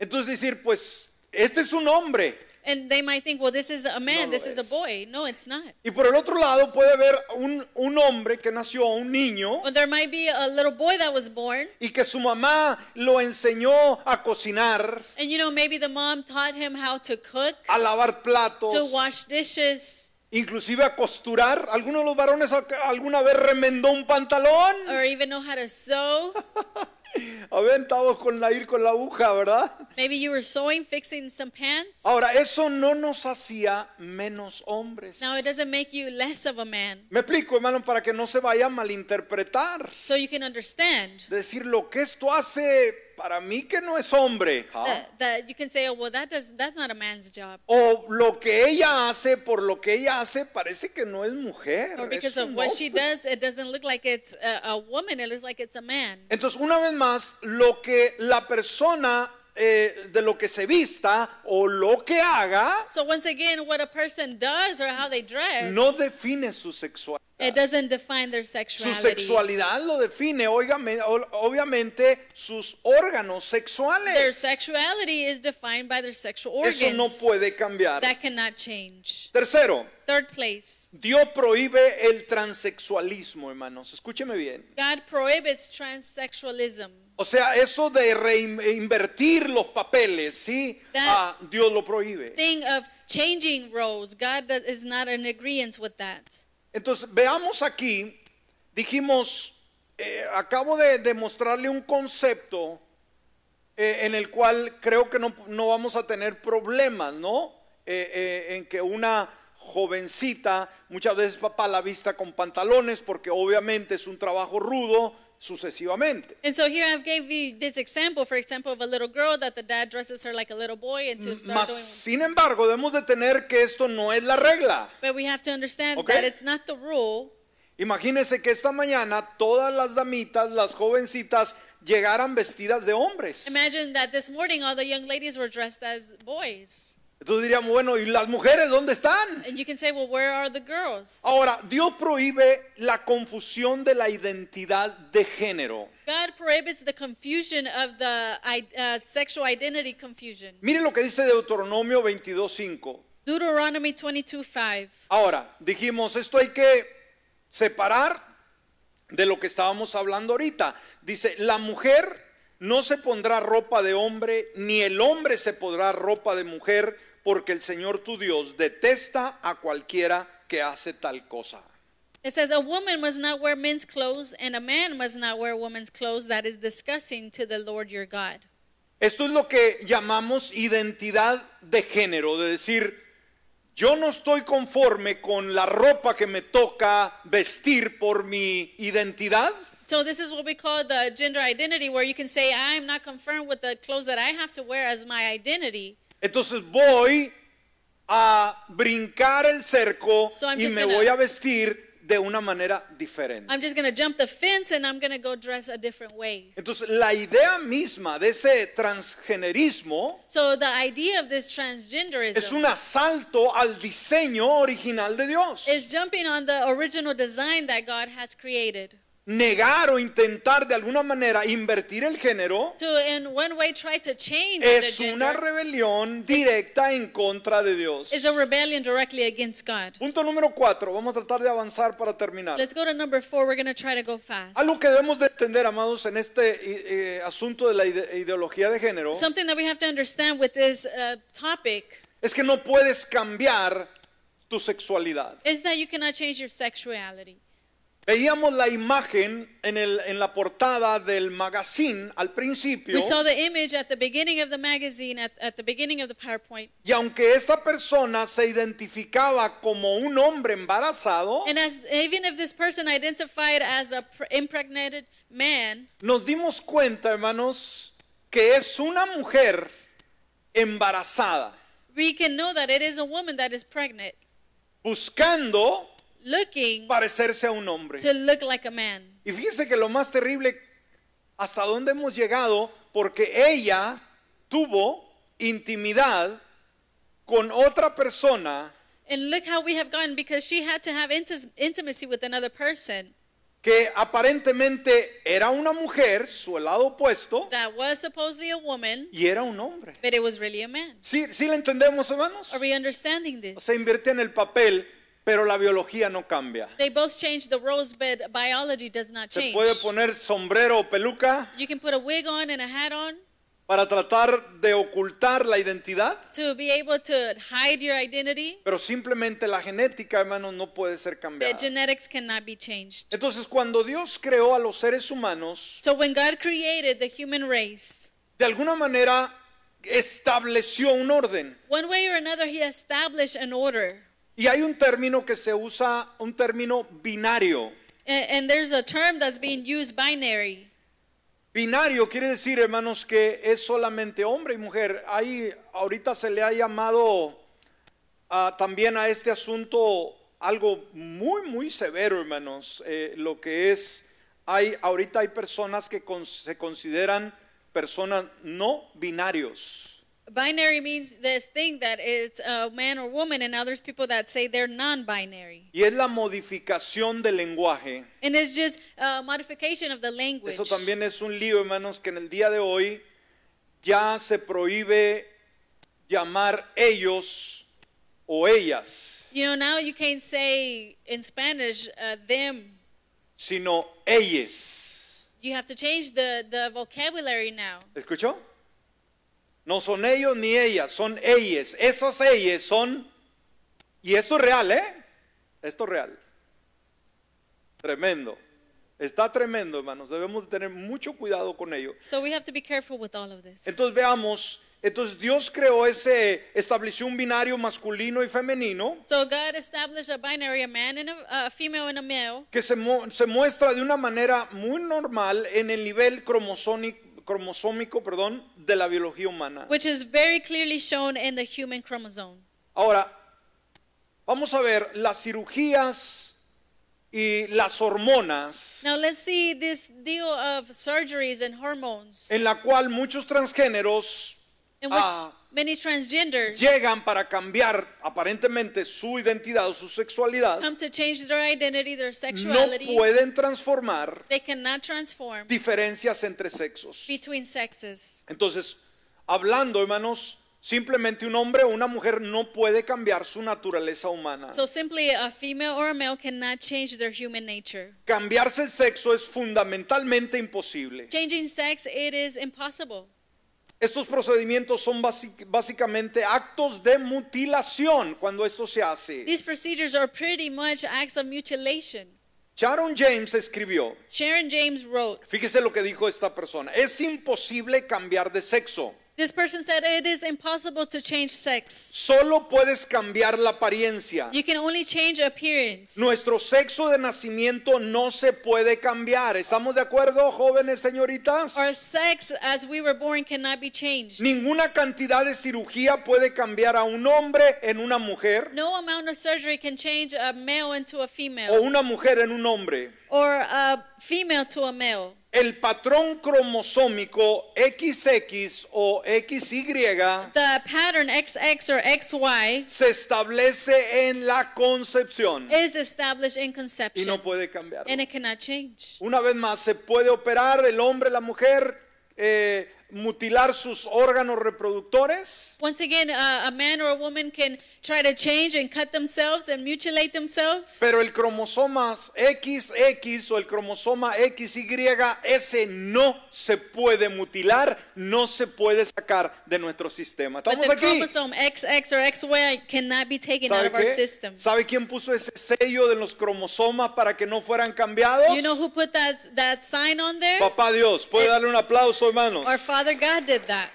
[SPEAKER 2] Entonces decir, pues, este es un hombre.
[SPEAKER 1] And they might think, well, this is a man,
[SPEAKER 2] No lo
[SPEAKER 1] this is a
[SPEAKER 2] es.
[SPEAKER 1] boy. No, it's not.
[SPEAKER 2] Y por el otro lado puede haber un, un hombre que nació, un niño,
[SPEAKER 1] Well, there might be a little boy that was born,
[SPEAKER 2] y que su mamá lo enseñó a cocinar,
[SPEAKER 1] and you know, maybe the mom taught him how to cook,
[SPEAKER 2] a lavar platos,
[SPEAKER 1] to wash dishes,
[SPEAKER 2] inclusive a costurar. Algunos de los varones ac- alguna vez remendó un pantalón.
[SPEAKER 1] or even know how to sew.
[SPEAKER 2] Aventamos con la ir con la aguja, ¿verdad?
[SPEAKER 1] Maybe you were sewing, fixing some pants.
[SPEAKER 2] Ahora, eso no nos hacía menos hombres.
[SPEAKER 1] Now, it doesn't make you less of a man.
[SPEAKER 2] Me explico, hermano, para que no se vaya a malinterpretar.
[SPEAKER 1] So you can understand
[SPEAKER 2] Decir lo que esto hace para mí que no es hombre. ¿ah?
[SPEAKER 1] that, that you can say, oh, well, that does, that's not a man's job.
[SPEAKER 2] O lo que ella hace por lo que ella hace parece que no es mujer.
[SPEAKER 1] Or
[SPEAKER 2] es
[SPEAKER 1] because
[SPEAKER 2] un
[SPEAKER 1] of what she
[SPEAKER 2] hombre.
[SPEAKER 1] does, it doesn't look like it's a, a woman, it looks like it's a man.
[SPEAKER 2] Entonces, una vez más, lo que la persona eh, de lo que se vista o lo que haga
[SPEAKER 1] So once again, what a person does or how they dress,
[SPEAKER 2] no define su sexualidad.
[SPEAKER 1] it doesn't define their
[SPEAKER 2] Su
[SPEAKER 1] sexuality.
[SPEAKER 2] sexualidad lo define, óigame, ol- obviamente, sus órganos
[SPEAKER 1] Their
[SPEAKER 2] sexuales.
[SPEAKER 1] sexuality is defined by their sexual organs.
[SPEAKER 2] Eso no puede cambiar.
[SPEAKER 1] That cannot change.
[SPEAKER 2] Tercero,
[SPEAKER 1] Third place,
[SPEAKER 2] Dios prohíbe el transexualismo, hermanos. Escúcheme bien.
[SPEAKER 1] God prohibits transsexualism.
[SPEAKER 2] O sea, eso de reinvertir los papeles, ¿sí?
[SPEAKER 1] That-
[SPEAKER 2] Ah, Dios lo prohíbe.
[SPEAKER 1] Thing of changing roles, God does, is not in agreement with that.
[SPEAKER 2] Entonces, veamos aquí, dijimos, eh, acabo de, de mostrarle un concepto eh, en el cual creo que no, no vamos a tener problemas, ¿no? Eh, eh, en que una jovencita, muchas veces papá la vista con pantalones, porque obviamente es un trabajo rudo, sucesivamente.
[SPEAKER 1] And so here I've gave you this example, for example, of a little girl that the dad dresses her like a little boy and to start
[SPEAKER 2] Mas,
[SPEAKER 1] doing.
[SPEAKER 2] sin embargo, debemos de tener que esto no es la regla.
[SPEAKER 1] But we have to understand
[SPEAKER 2] Okay.
[SPEAKER 1] that it's not the rule.
[SPEAKER 2] Imagínense que esta mañana todas las damitas, las jovencitas, llegaran vestidas de hombres.
[SPEAKER 1] Imagine that this morning all the young ladies were dressed as boys.
[SPEAKER 2] Entonces diríamos, bueno, ¿y las mujeres dónde están?
[SPEAKER 1] And you can say, well, where are the girls?
[SPEAKER 2] Ahora, Dios prohíbe la confusión de la identidad de género.
[SPEAKER 1] God prohibits the confusion of the i- uh, sexual identity confusion.
[SPEAKER 2] Mire lo que dice Deuteronomio 22.5.
[SPEAKER 1] Deuteronomy 22 5.
[SPEAKER 2] Ahora, dijimos, esto hay que separar de lo que estábamos hablando ahorita. Dice, la mujer no se pondrá ropa de hombre, ni el hombre se pondrá ropa de mujer, porque el Señor tu Dios detesta a cualquiera que hace tal cosa.
[SPEAKER 1] It says, A woman must not wear men's clothes, and a man must not wear woman's clothes. That is disgusting to the Lord your God.
[SPEAKER 2] Esto es lo que llamamos identidad de género, de decir, yo no estoy conforme con la ropa que me toca vestir por mi identidad.
[SPEAKER 1] So, this is what we call the gender identity, where you can say, I'm not confirmed with the clothes that I have to wear as my identity.
[SPEAKER 2] Entonces voy a brincar el cerco
[SPEAKER 1] So I'm
[SPEAKER 2] y
[SPEAKER 1] just
[SPEAKER 2] me
[SPEAKER 1] gonna-
[SPEAKER 2] voy a vestir de una manera diferente.
[SPEAKER 1] I'm just going to jump the fence and I'm going to go dress a different way.
[SPEAKER 2] Entonces, la idea misma de ese transgenerismo
[SPEAKER 1] So the idea of this transgenderism
[SPEAKER 2] es un asalto al diseño original de Dios.
[SPEAKER 1] is jumping on the original design that God has created.
[SPEAKER 2] Negar o intentar de alguna manera invertir el género
[SPEAKER 1] To in one way try to change the
[SPEAKER 2] es una
[SPEAKER 1] gender
[SPEAKER 2] rebelión directa en contra de Dios.
[SPEAKER 1] is a rebellion directly against God.
[SPEAKER 2] Punto número cuatro, vamos a tratar de avanzar para terminar.
[SPEAKER 1] Let's go to number four. We're going to try to go fast.
[SPEAKER 2] Algo que debemos de entender, amados, en este eh, eh, asunto de la ide- ideología de género,
[SPEAKER 1] Something that we have to understand with this uh, topic
[SPEAKER 2] es que no puedes cambiar tu sexualidad.
[SPEAKER 1] is that you cannot change your sexuality.
[SPEAKER 2] Veíamos la imagen en, el- en la portada del magazine al principio,
[SPEAKER 1] We saw the image at the beginning of the magazine, at, at the beginning of the PowerPoint.
[SPEAKER 2] y aunque esta persona se identificaba como un hombre embarazado,
[SPEAKER 1] And as even if this person identified as a pr- impregnated man,
[SPEAKER 2] nos dimos cuenta, hermanos, que es una mujer embarazada,
[SPEAKER 1] we can know that it is a woman that is pregnant,
[SPEAKER 2] buscando
[SPEAKER 1] looking
[SPEAKER 2] parecerse a un hombre.
[SPEAKER 1] to look like a man.
[SPEAKER 2] Y fíjese que lo más terrible, hasta dónde hemos llegado, porque ella tuvo intimidad con otra persona
[SPEAKER 1] And look how we have gotten because she had to have intis- intimacy with another person
[SPEAKER 2] que aparentemente era una mujer, su lado opuesto,
[SPEAKER 1] that was supposedly a woman,
[SPEAKER 2] y era un hombre.
[SPEAKER 1] but it was really a man.
[SPEAKER 2] ¿Sí, sí le entendemos, hermanos?
[SPEAKER 1] Are we understanding
[SPEAKER 2] O
[SPEAKER 1] this?
[SPEAKER 2] sea, invierte en el papel, pero la biología no cambia.
[SPEAKER 1] They both change the rose, but biology does not
[SPEAKER 2] Se
[SPEAKER 1] change.
[SPEAKER 2] puede poner sombrero o peluca
[SPEAKER 1] You can put a wig on and a hat on
[SPEAKER 2] para tratar de ocultar la identidad,
[SPEAKER 1] to be able to hide your identity,
[SPEAKER 2] pero simplemente la genética, hermanos, no puede ser
[SPEAKER 1] but
[SPEAKER 2] cambiada.
[SPEAKER 1] genetics cannot be changed.
[SPEAKER 2] Entonces, cuando Dios creó a los seres humanos,
[SPEAKER 1] So when God created the human race,
[SPEAKER 2] de alguna manera estableció un orden.
[SPEAKER 1] one way or another, He established an order.
[SPEAKER 2] Y hay un término que se usa, un término binario.
[SPEAKER 1] And, and there's a term that's being used binary.
[SPEAKER 2] Binario quiere decir, hermanos, que es solamente hombre y mujer. Ahí ahorita se le ha llamado ah, también a este asunto algo muy, muy severo, hermanos. Eh, lo que es, hay ahorita hay personas que con- se consideran personas no binarios.
[SPEAKER 1] Binary means this thing that it's a man or woman, and now there's people that say they're non-binary,
[SPEAKER 2] Y es la modificación del lenguaje.
[SPEAKER 1] and it's just a modification of the language.
[SPEAKER 2] Eso también es un lío, hermanos, que en el día de hoy ya se prohíbe llamar ellos o ellas,
[SPEAKER 1] You know, now you can't say in Spanish uh, them.
[SPEAKER 2] sino ellas.
[SPEAKER 1] You have to change the the vocabulary now.
[SPEAKER 2] ¿Escuchó? No son ellos ni ellas, son ellas. Esas ellas son... Y esto es real, ¿eh? Esto es real. Tremendo. Está tremendo, hermanos. Debemos tener mucho cuidado con ello.
[SPEAKER 1] So we have to be careful with all of this.
[SPEAKER 2] Entonces veamos, entonces Dios creó ese, estableció un binario masculino y femenino
[SPEAKER 1] So God established a binary, a man and a, a female and a male,
[SPEAKER 2] que se, mu- se muestra de una manera muy normal en el nivel cromosónic- cromosómico perdón, de la biología humana.
[SPEAKER 1] which is very clearly shown in the human chromosome.
[SPEAKER 2] Ahora, vamos a ver las cirugías y las hormonas
[SPEAKER 1] Now let's see this deal of surgeries and hormones.
[SPEAKER 2] en la cual muchos transgéneros
[SPEAKER 1] in which
[SPEAKER 2] Ah.
[SPEAKER 1] many transgenders
[SPEAKER 2] llegan para cambiar aparentemente su identidad o su sexualidad,
[SPEAKER 1] come to change their identity, their
[SPEAKER 2] no
[SPEAKER 1] sexuality.
[SPEAKER 2] pueden transformar
[SPEAKER 1] they cannot transform
[SPEAKER 2] diferencias entre sexos.
[SPEAKER 1] between sexes.
[SPEAKER 2] Entonces, hablando, hermanos, simplemente un hombre o una mujer no puede cambiar su naturaleza humana.
[SPEAKER 1] So simply a female or a male cannot change their human nature.
[SPEAKER 2] Cambiarse el sexo es fundamentalmente imposible.
[SPEAKER 1] Changing sex, it is impossible.
[SPEAKER 2] Estos procedimientos son basi- básicamente actos de mutilación cuando esto se hace.
[SPEAKER 1] These procedures are pretty much acts of mutilation.
[SPEAKER 2] Sharon James escribió,
[SPEAKER 1] Sharon James wrote,
[SPEAKER 2] fíjese lo que dijo esta persona, es imposible cambiar de sexo.
[SPEAKER 1] This person said it is impossible to change sex.
[SPEAKER 2] Solo puedes cambiar la apariencia.
[SPEAKER 1] You can only change appearance.
[SPEAKER 2] Nuestro sexo de nacimiento no se puede cambiar. ¿Estamos de acuerdo, jóvenes señoritas?
[SPEAKER 1] Our sex as we were born cannot be changed.
[SPEAKER 2] Ninguna cantidad de cirugía puede cambiar a un hombre en una mujer
[SPEAKER 1] No amount of surgery can change a male into a
[SPEAKER 2] o
[SPEAKER 1] female
[SPEAKER 2] una mujer en un hombre.
[SPEAKER 1] or a female to a male.
[SPEAKER 2] El patrón cromosómico XX o XY
[SPEAKER 1] The pattern XX or XY
[SPEAKER 2] se establece en la concepción
[SPEAKER 1] is established in
[SPEAKER 2] y
[SPEAKER 1] conception
[SPEAKER 2] no puede cambiar.
[SPEAKER 1] and it cannot change.
[SPEAKER 2] Una vez más, se puede operar el hombre, la mujer, eh, mutilar sus órganos reproductores.
[SPEAKER 1] Once again, uh, a man or a woman can try to change and cut themselves and mutilate themselves,
[SPEAKER 2] Pero el cromosoma XX o el cromosoma XY, ese no se puede mutilar, no se puede sacar de nuestro sistema.
[SPEAKER 1] but
[SPEAKER 2] ¿Estamos
[SPEAKER 1] the
[SPEAKER 2] aquí?
[SPEAKER 1] chromosome XX or XY cannot be taken out
[SPEAKER 2] ¿Sabe,
[SPEAKER 1] of our
[SPEAKER 2] qué?
[SPEAKER 1] system.
[SPEAKER 2] ¿Sabe quién puso ese sello de los cromosomas para que no fueran cambiados?
[SPEAKER 1] You know who put that, that sign on there?
[SPEAKER 2] Papá Dios, puede
[SPEAKER 1] Es-
[SPEAKER 2] darle un aplauso, hermanos.
[SPEAKER 1] Our Father God did that.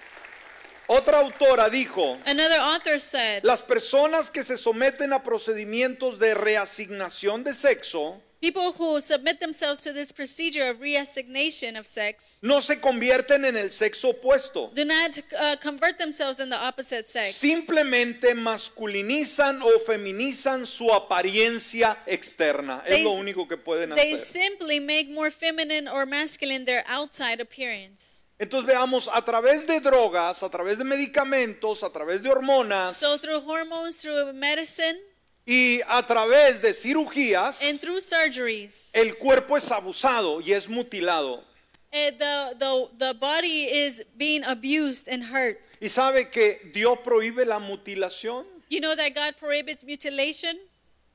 [SPEAKER 2] Otra autora dijo,
[SPEAKER 1] Another author said,
[SPEAKER 2] las personas que se someten a procedimientos de reasignación de sexo
[SPEAKER 1] People who submit themselves to this procedure of reassignation of sex
[SPEAKER 2] no se convierten en el sexo opuesto.
[SPEAKER 1] do not uh, convert themselves in the opposite sex.
[SPEAKER 2] Simplemente masculinizan o feminizan su apariencia externa. Es
[SPEAKER 1] They-
[SPEAKER 2] lo único que pueden
[SPEAKER 1] They
[SPEAKER 2] hacer.
[SPEAKER 1] simply make more feminine or masculine their outside appearance.
[SPEAKER 2] Entonces veamos, a través de drogas, a través de medicamentos, a través de hormonas
[SPEAKER 1] So through hormones, through medicine,
[SPEAKER 2] y a través de cirugías,
[SPEAKER 1] and through surgeries,
[SPEAKER 2] el cuerpo es abusado y es mutilado.
[SPEAKER 1] eh, the, the, the body is being abused and hurt.
[SPEAKER 2] ¿Y sabe que Dios prohíbe la mutilación?
[SPEAKER 1] You know that God prohibits mutilation?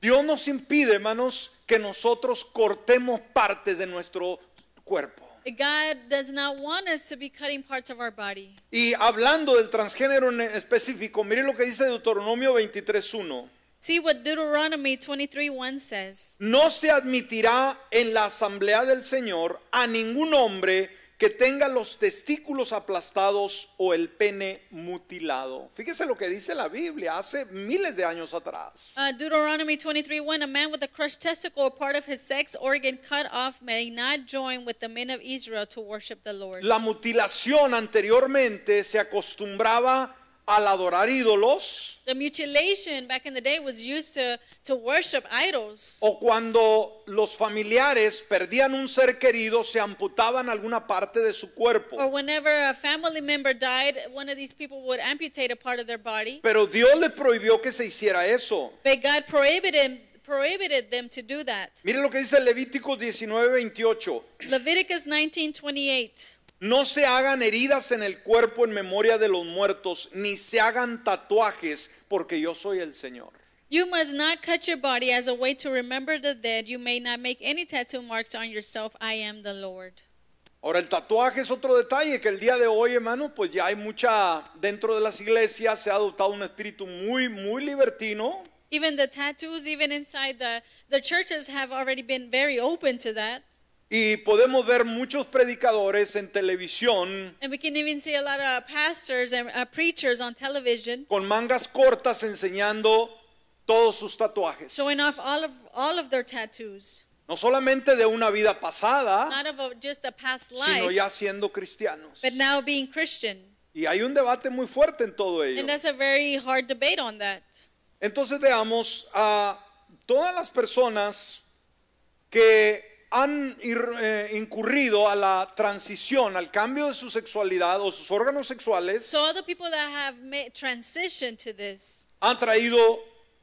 [SPEAKER 2] Dios nos impide, hermanos, que nosotros cortemos partes de nuestro cuerpo.
[SPEAKER 1] God does not want us to be cutting parts of our body.
[SPEAKER 2] Y hablando del transgénero en específico, mire lo que dice Deuteronomio 23.1.
[SPEAKER 1] See what Deuteronomy 23:1 says.
[SPEAKER 2] No se admitirá en la asamblea del Señor a ningún hombre que tenga los testículos aplastados o el pene mutilado. Fíjese lo que dice la Biblia hace miles de años atrás.
[SPEAKER 1] Uh, Deuteronomy 23:1 A man with a crushed testicle or part of his sex organ cut off may not join with the men of Israel to worship the Lord.
[SPEAKER 2] La mutilación anteriormente se acostumbraba al adorar ídolos
[SPEAKER 1] The mutilation back in the day was used to, to worship idols.
[SPEAKER 2] o cuando los familiares perdían un ser querido se amputaban alguna parte de su cuerpo.
[SPEAKER 1] Or whenever a family member died, one of these people would amputate a part of their body.
[SPEAKER 2] Pero Dios le prohibió que se hiciera eso.
[SPEAKER 1] But God prohibited, prohibited them to do that.
[SPEAKER 2] Mire lo que dice Levítico 19, 28.
[SPEAKER 1] Leviticus 19:28.
[SPEAKER 2] No se hagan heridas en el cuerpo en memoria de los muertos, ni se hagan tatuajes, porque yo soy el Señor.
[SPEAKER 1] You must not cut your body as a way to remember the dead. You may not make any tattoo marks on yourself. I am the Lord.
[SPEAKER 2] Ahora el tatuaje es otro detalle que el día de hoy, hermano, pues ya hay mucha, dentro de las iglesias se ha adoptado un espíritu muy, muy libertino.
[SPEAKER 1] Even the tattoos, even inside the, the churches, have already been very open to that.
[SPEAKER 2] Y podemos ver muchos predicadores en televisión
[SPEAKER 1] And we can even see a lot of pastors and uh, preachers on television
[SPEAKER 2] con mangas cortas enseñando todos sus tatuajes.
[SPEAKER 1] showing off all of, all of their tattoos,
[SPEAKER 2] No solamente de una vida pasada,
[SPEAKER 1] not of a, just a past
[SPEAKER 2] sino
[SPEAKER 1] life,
[SPEAKER 2] ya siendo cristianos.
[SPEAKER 1] but now being Christian.
[SPEAKER 2] Y hay un debate muy fuerte en todo ello.
[SPEAKER 1] And that's a very hard debate on that.
[SPEAKER 2] Entonces veamos a todas las personas que han ir- eh, incurrido a la transición, al cambio de su sexualidad o sus órganos sexuales,
[SPEAKER 1] So all the people that have made transition to this,
[SPEAKER 2] han traído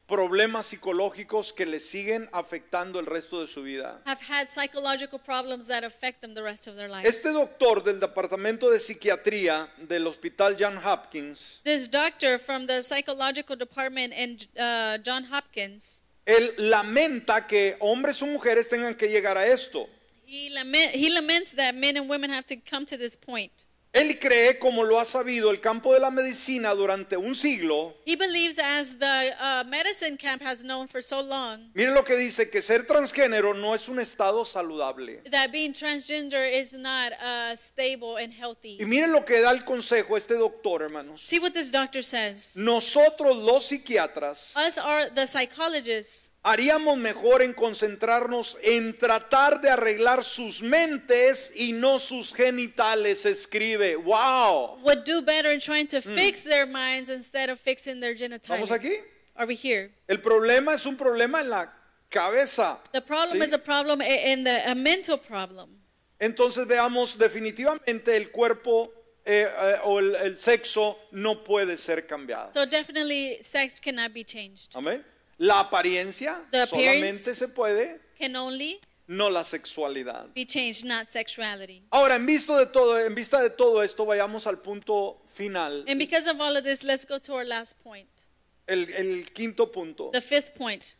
[SPEAKER 2] problemas psicológicos que les siguen afectando el resto de su vida.
[SPEAKER 1] have had psychological problems that affect them the rest of their life.
[SPEAKER 2] Este doctor del Departamento de Psiquiatría del Hospital John Hopkins,
[SPEAKER 1] this doctor from the psychological department in uh, John Hopkins,
[SPEAKER 2] él lamenta que hombres o mujeres tengan que llegar a esto.
[SPEAKER 1] he, lament, he laments that men and women have to come to this point.
[SPEAKER 2] Él cree, como lo ha sabido el campo de la medicina durante un siglo,
[SPEAKER 1] He believes, as the uh, medicine camp has known for so long,
[SPEAKER 2] miren lo que dice, que ser transgénero no es un estado saludable.
[SPEAKER 1] that being transgender is not uh, stable and
[SPEAKER 2] Y
[SPEAKER 1] healthy.
[SPEAKER 2] miren lo que da el consejo este doctor, hermanos.
[SPEAKER 1] See what this doctor says.
[SPEAKER 2] Nosotros los psiquiatras
[SPEAKER 1] Us are the psychologists.
[SPEAKER 2] haríamos mejor en concentrarnos en tratar de arreglar sus mentes y no sus genitales, escribe. ¡Wow!
[SPEAKER 1] Would do better in trying to fix their minds instead of fixing their
[SPEAKER 2] Hmm. ¿Vamos
[SPEAKER 1] genitalia.
[SPEAKER 2] aquí?
[SPEAKER 1] Are we here?
[SPEAKER 2] El problema es un problema en la cabeza.
[SPEAKER 1] The problem
[SPEAKER 2] ¿sí?
[SPEAKER 1] is a problem i- in the a mental problem.
[SPEAKER 2] Entonces veamos, definitivamente el cuerpo eh, eh, o el, el sexo no puede ser cambiado.
[SPEAKER 1] So definitely, sex cannot be changed.
[SPEAKER 2] Amén. La apariencia
[SPEAKER 1] The appearance.
[SPEAKER 2] solamente se puede,
[SPEAKER 1] Can only
[SPEAKER 2] no la sexualidad.
[SPEAKER 1] be changed, not sexuality.
[SPEAKER 2] Ahora, en, visto de todo, en vista de todo esto, vayamos al punto final,
[SPEAKER 1] And because of all of this, let's go to our last point,
[SPEAKER 2] el, el quinto punto.
[SPEAKER 1] the fifth point.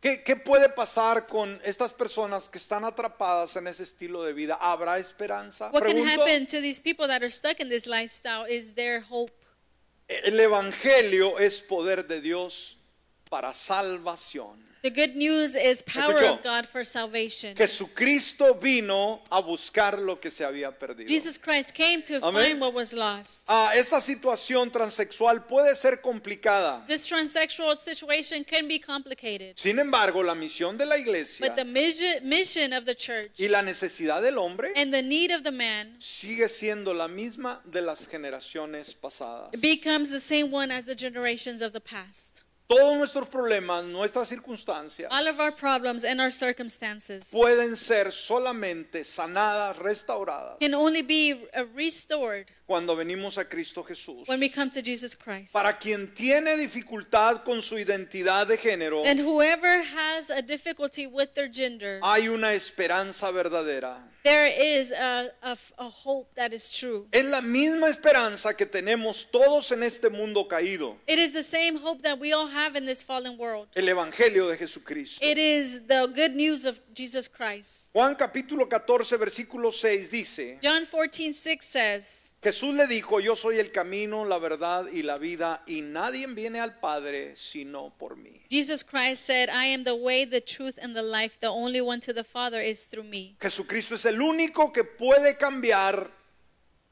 [SPEAKER 2] ¿Qué, ¿Qué puede pasar con estas personas que están atrapadas en ese estilo de vida? ¿Habrá esperanza?
[SPEAKER 1] What can
[SPEAKER 2] Pregunto,
[SPEAKER 1] happen to these people that are stuck in this lifestyle? Is there hope?
[SPEAKER 2] el Evangelio es poder de Dios para salvación.
[SPEAKER 1] The good news is power
[SPEAKER 2] Escuchó.
[SPEAKER 1] of God for salvation.
[SPEAKER 2] Jesucristo vino a buscar lo que se había perdido.
[SPEAKER 1] Jesus Christ came to
[SPEAKER 2] Amén.
[SPEAKER 1] find what was lost.
[SPEAKER 2] Ah, esta situación transexual puede ser complicada.
[SPEAKER 1] This transsexual situation can be complicated,
[SPEAKER 2] Sin embargo, la misión de la
[SPEAKER 1] but
[SPEAKER 2] iglesia
[SPEAKER 1] the misi- mission of the church
[SPEAKER 2] y la necesidad del hombre
[SPEAKER 1] and the need of the man
[SPEAKER 2] sigue siendo la misma de las generaciones pasadas.
[SPEAKER 1] becomes the same one as the generations of the past.
[SPEAKER 2] Todos nuestros problemas, nuestras circunstancias
[SPEAKER 1] All of our problems and our circumstances
[SPEAKER 2] pueden ser solamente sanadas, restauradas
[SPEAKER 1] can only be uh, restored
[SPEAKER 2] cuando venimos a Cristo Jesús.
[SPEAKER 1] when we come to Jesus Christ.
[SPEAKER 2] Para quien tiene dificultad con su identidad de género,
[SPEAKER 1] And whoever has a difficulty with their gender,
[SPEAKER 2] hay una esperanza verdadera.
[SPEAKER 1] there is a, a f- a hope that is true.
[SPEAKER 2] Es la misma esperanza que tenemos todos en este mundo caído,
[SPEAKER 1] It is the same hope that we all have in this fallen world.
[SPEAKER 2] el Evangelio de Jesucristo.
[SPEAKER 1] It is the good news of Jesus Christ.
[SPEAKER 2] Juan capítulo 14, versículo 6 dice,
[SPEAKER 1] John 14, 6 says,
[SPEAKER 2] Jesús le dijo, yo soy el camino, la verdad y la vida, y nadie viene al Padre sino por mí.
[SPEAKER 1] Jesus Christ said, I am the way, the truth, and the life. The only one to the Father is through me.
[SPEAKER 2] Jesucristo es el único que puede cambiar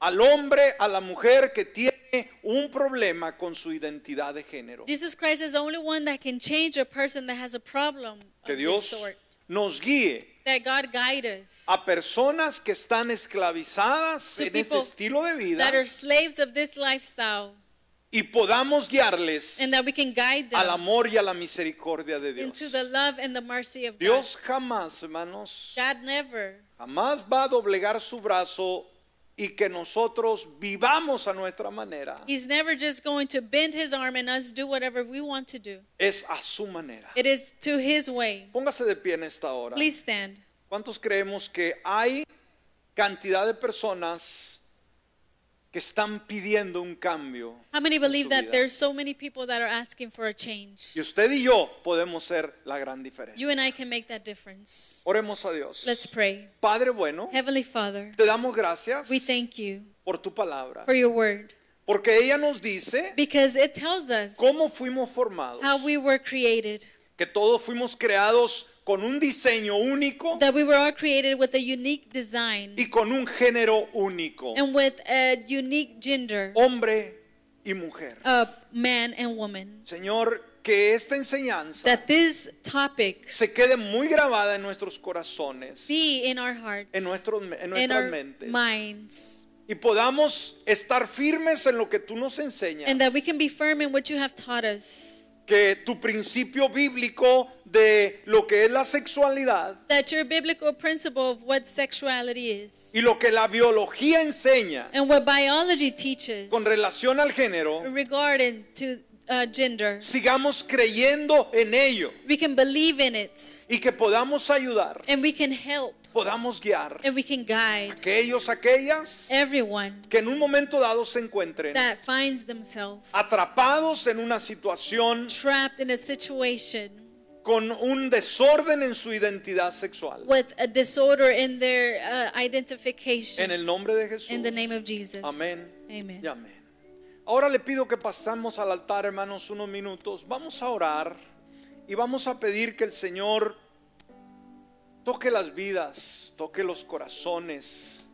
[SPEAKER 2] al hombre, a la mujer que tiene un problema con su identidad de género.
[SPEAKER 1] Jesus Christ is the only one that can change a person that has a problem
[SPEAKER 2] Que
[SPEAKER 1] of this
[SPEAKER 2] Dios
[SPEAKER 1] sort.
[SPEAKER 2] nos guíe
[SPEAKER 1] That God guide us.
[SPEAKER 2] a personas que están esclavizadas
[SPEAKER 1] To
[SPEAKER 2] en este
[SPEAKER 1] people
[SPEAKER 2] estilo de vida
[SPEAKER 1] That are slaves of this lifestyle.
[SPEAKER 2] y podamos guiarles
[SPEAKER 1] And that we can guide
[SPEAKER 2] al
[SPEAKER 1] them
[SPEAKER 2] amor y a la misericordia de Dios.
[SPEAKER 1] into the love and the mercy of
[SPEAKER 2] Dios jamás, hermanos,
[SPEAKER 1] God. God never,
[SPEAKER 2] jamás va a doblegar su brazo y que nosotros vivamos a nuestra manera.
[SPEAKER 1] He's never just going to bend his arm and us do whatever we want to do.
[SPEAKER 2] Es a su manera.
[SPEAKER 1] It is to his way.
[SPEAKER 2] Póngase de pie en esta hora.
[SPEAKER 1] Please stand.
[SPEAKER 2] ¿Cuántos creemos que hay cantidad de personas que están pidiendo un cambio?
[SPEAKER 1] How many
[SPEAKER 2] su
[SPEAKER 1] believe
[SPEAKER 2] vida.
[SPEAKER 1] that there's so many people that are asking for a change?
[SPEAKER 2] Y usted y yo podemos ser la gran diferencia.
[SPEAKER 1] You and I can make that difference.
[SPEAKER 2] Oremos a Dios.
[SPEAKER 1] Let's pray.
[SPEAKER 2] Padre bueno,
[SPEAKER 1] Heavenly Father,
[SPEAKER 2] te damos gracias
[SPEAKER 1] we thank you
[SPEAKER 2] por tu palabra,
[SPEAKER 1] for your word
[SPEAKER 2] porque ella nos dice
[SPEAKER 1] because it tells us
[SPEAKER 2] cómo fuimos formados,
[SPEAKER 1] how we were created,
[SPEAKER 2] que todos fuimos creados con un diseño único
[SPEAKER 1] that we were all created with a unique design
[SPEAKER 2] y con un género único,
[SPEAKER 1] and with a unique gender
[SPEAKER 2] hombre y mujer.
[SPEAKER 1] of man and woman.
[SPEAKER 2] Señor, que esta enseñanza
[SPEAKER 1] That this topic
[SPEAKER 2] se quede muy grabada en nuestros corazones,
[SPEAKER 1] be in our hearts,
[SPEAKER 2] en, nuestros, en
[SPEAKER 1] in
[SPEAKER 2] nuestras
[SPEAKER 1] our
[SPEAKER 2] mentes,
[SPEAKER 1] minds,
[SPEAKER 2] y podamos estar firmes en lo que tú nos enseñas.
[SPEAKER 1] and that we can be firm in what you have taught us.
[SPEAKER 2] que tu principio bíblico de lo que es la sexualidad
[SPEAKER 1] that your biblical principle of what sexuality is
[SPEAKER 2] y lo que la biología enseña
[SPEAKER 1] and what biology teaches
[SPEAKER 2] con relación al género,
[SPEAKER 1] regarding to uh, gender
[SPEAKER 2] sigamos creyendo en ello
[SPEAKER 1] we can believe in it
[SPEAKER 2] y que podamos ayudar,
[SPEAKER 1] and we can help
[SPEAKER 2] podamos guiar
[SPEAKER 1] and we can guide
[SPEAKER 2] aquellos, aquellas
[SPEAKER 1] everyone
[SPEAKER 2] que en un momento dado se encuentren
[SPEAKER 1] that finds themselves
[SPEAKER 2] atrapados en una situación
[SPEAKER 1] trapped in a situation
[SPEAKER 2] con un desorden en su identidad sexual.
[SPEAKER 1] with a disorder in their uh, identification.
[SPEAKER 2] En el nombre de Jesús.
[SPEAKER 1] in the name of Jesus.
[SPEAKER 2] Amén.
[SPEAKER 1] Amen.
[SPEAKER 2] Y amén. Ahora le pido que pasamos al altar, hermanos, unos minutos. Vamos a orar y vamos a pedir que el Señor toque las vidas, toque los corazones,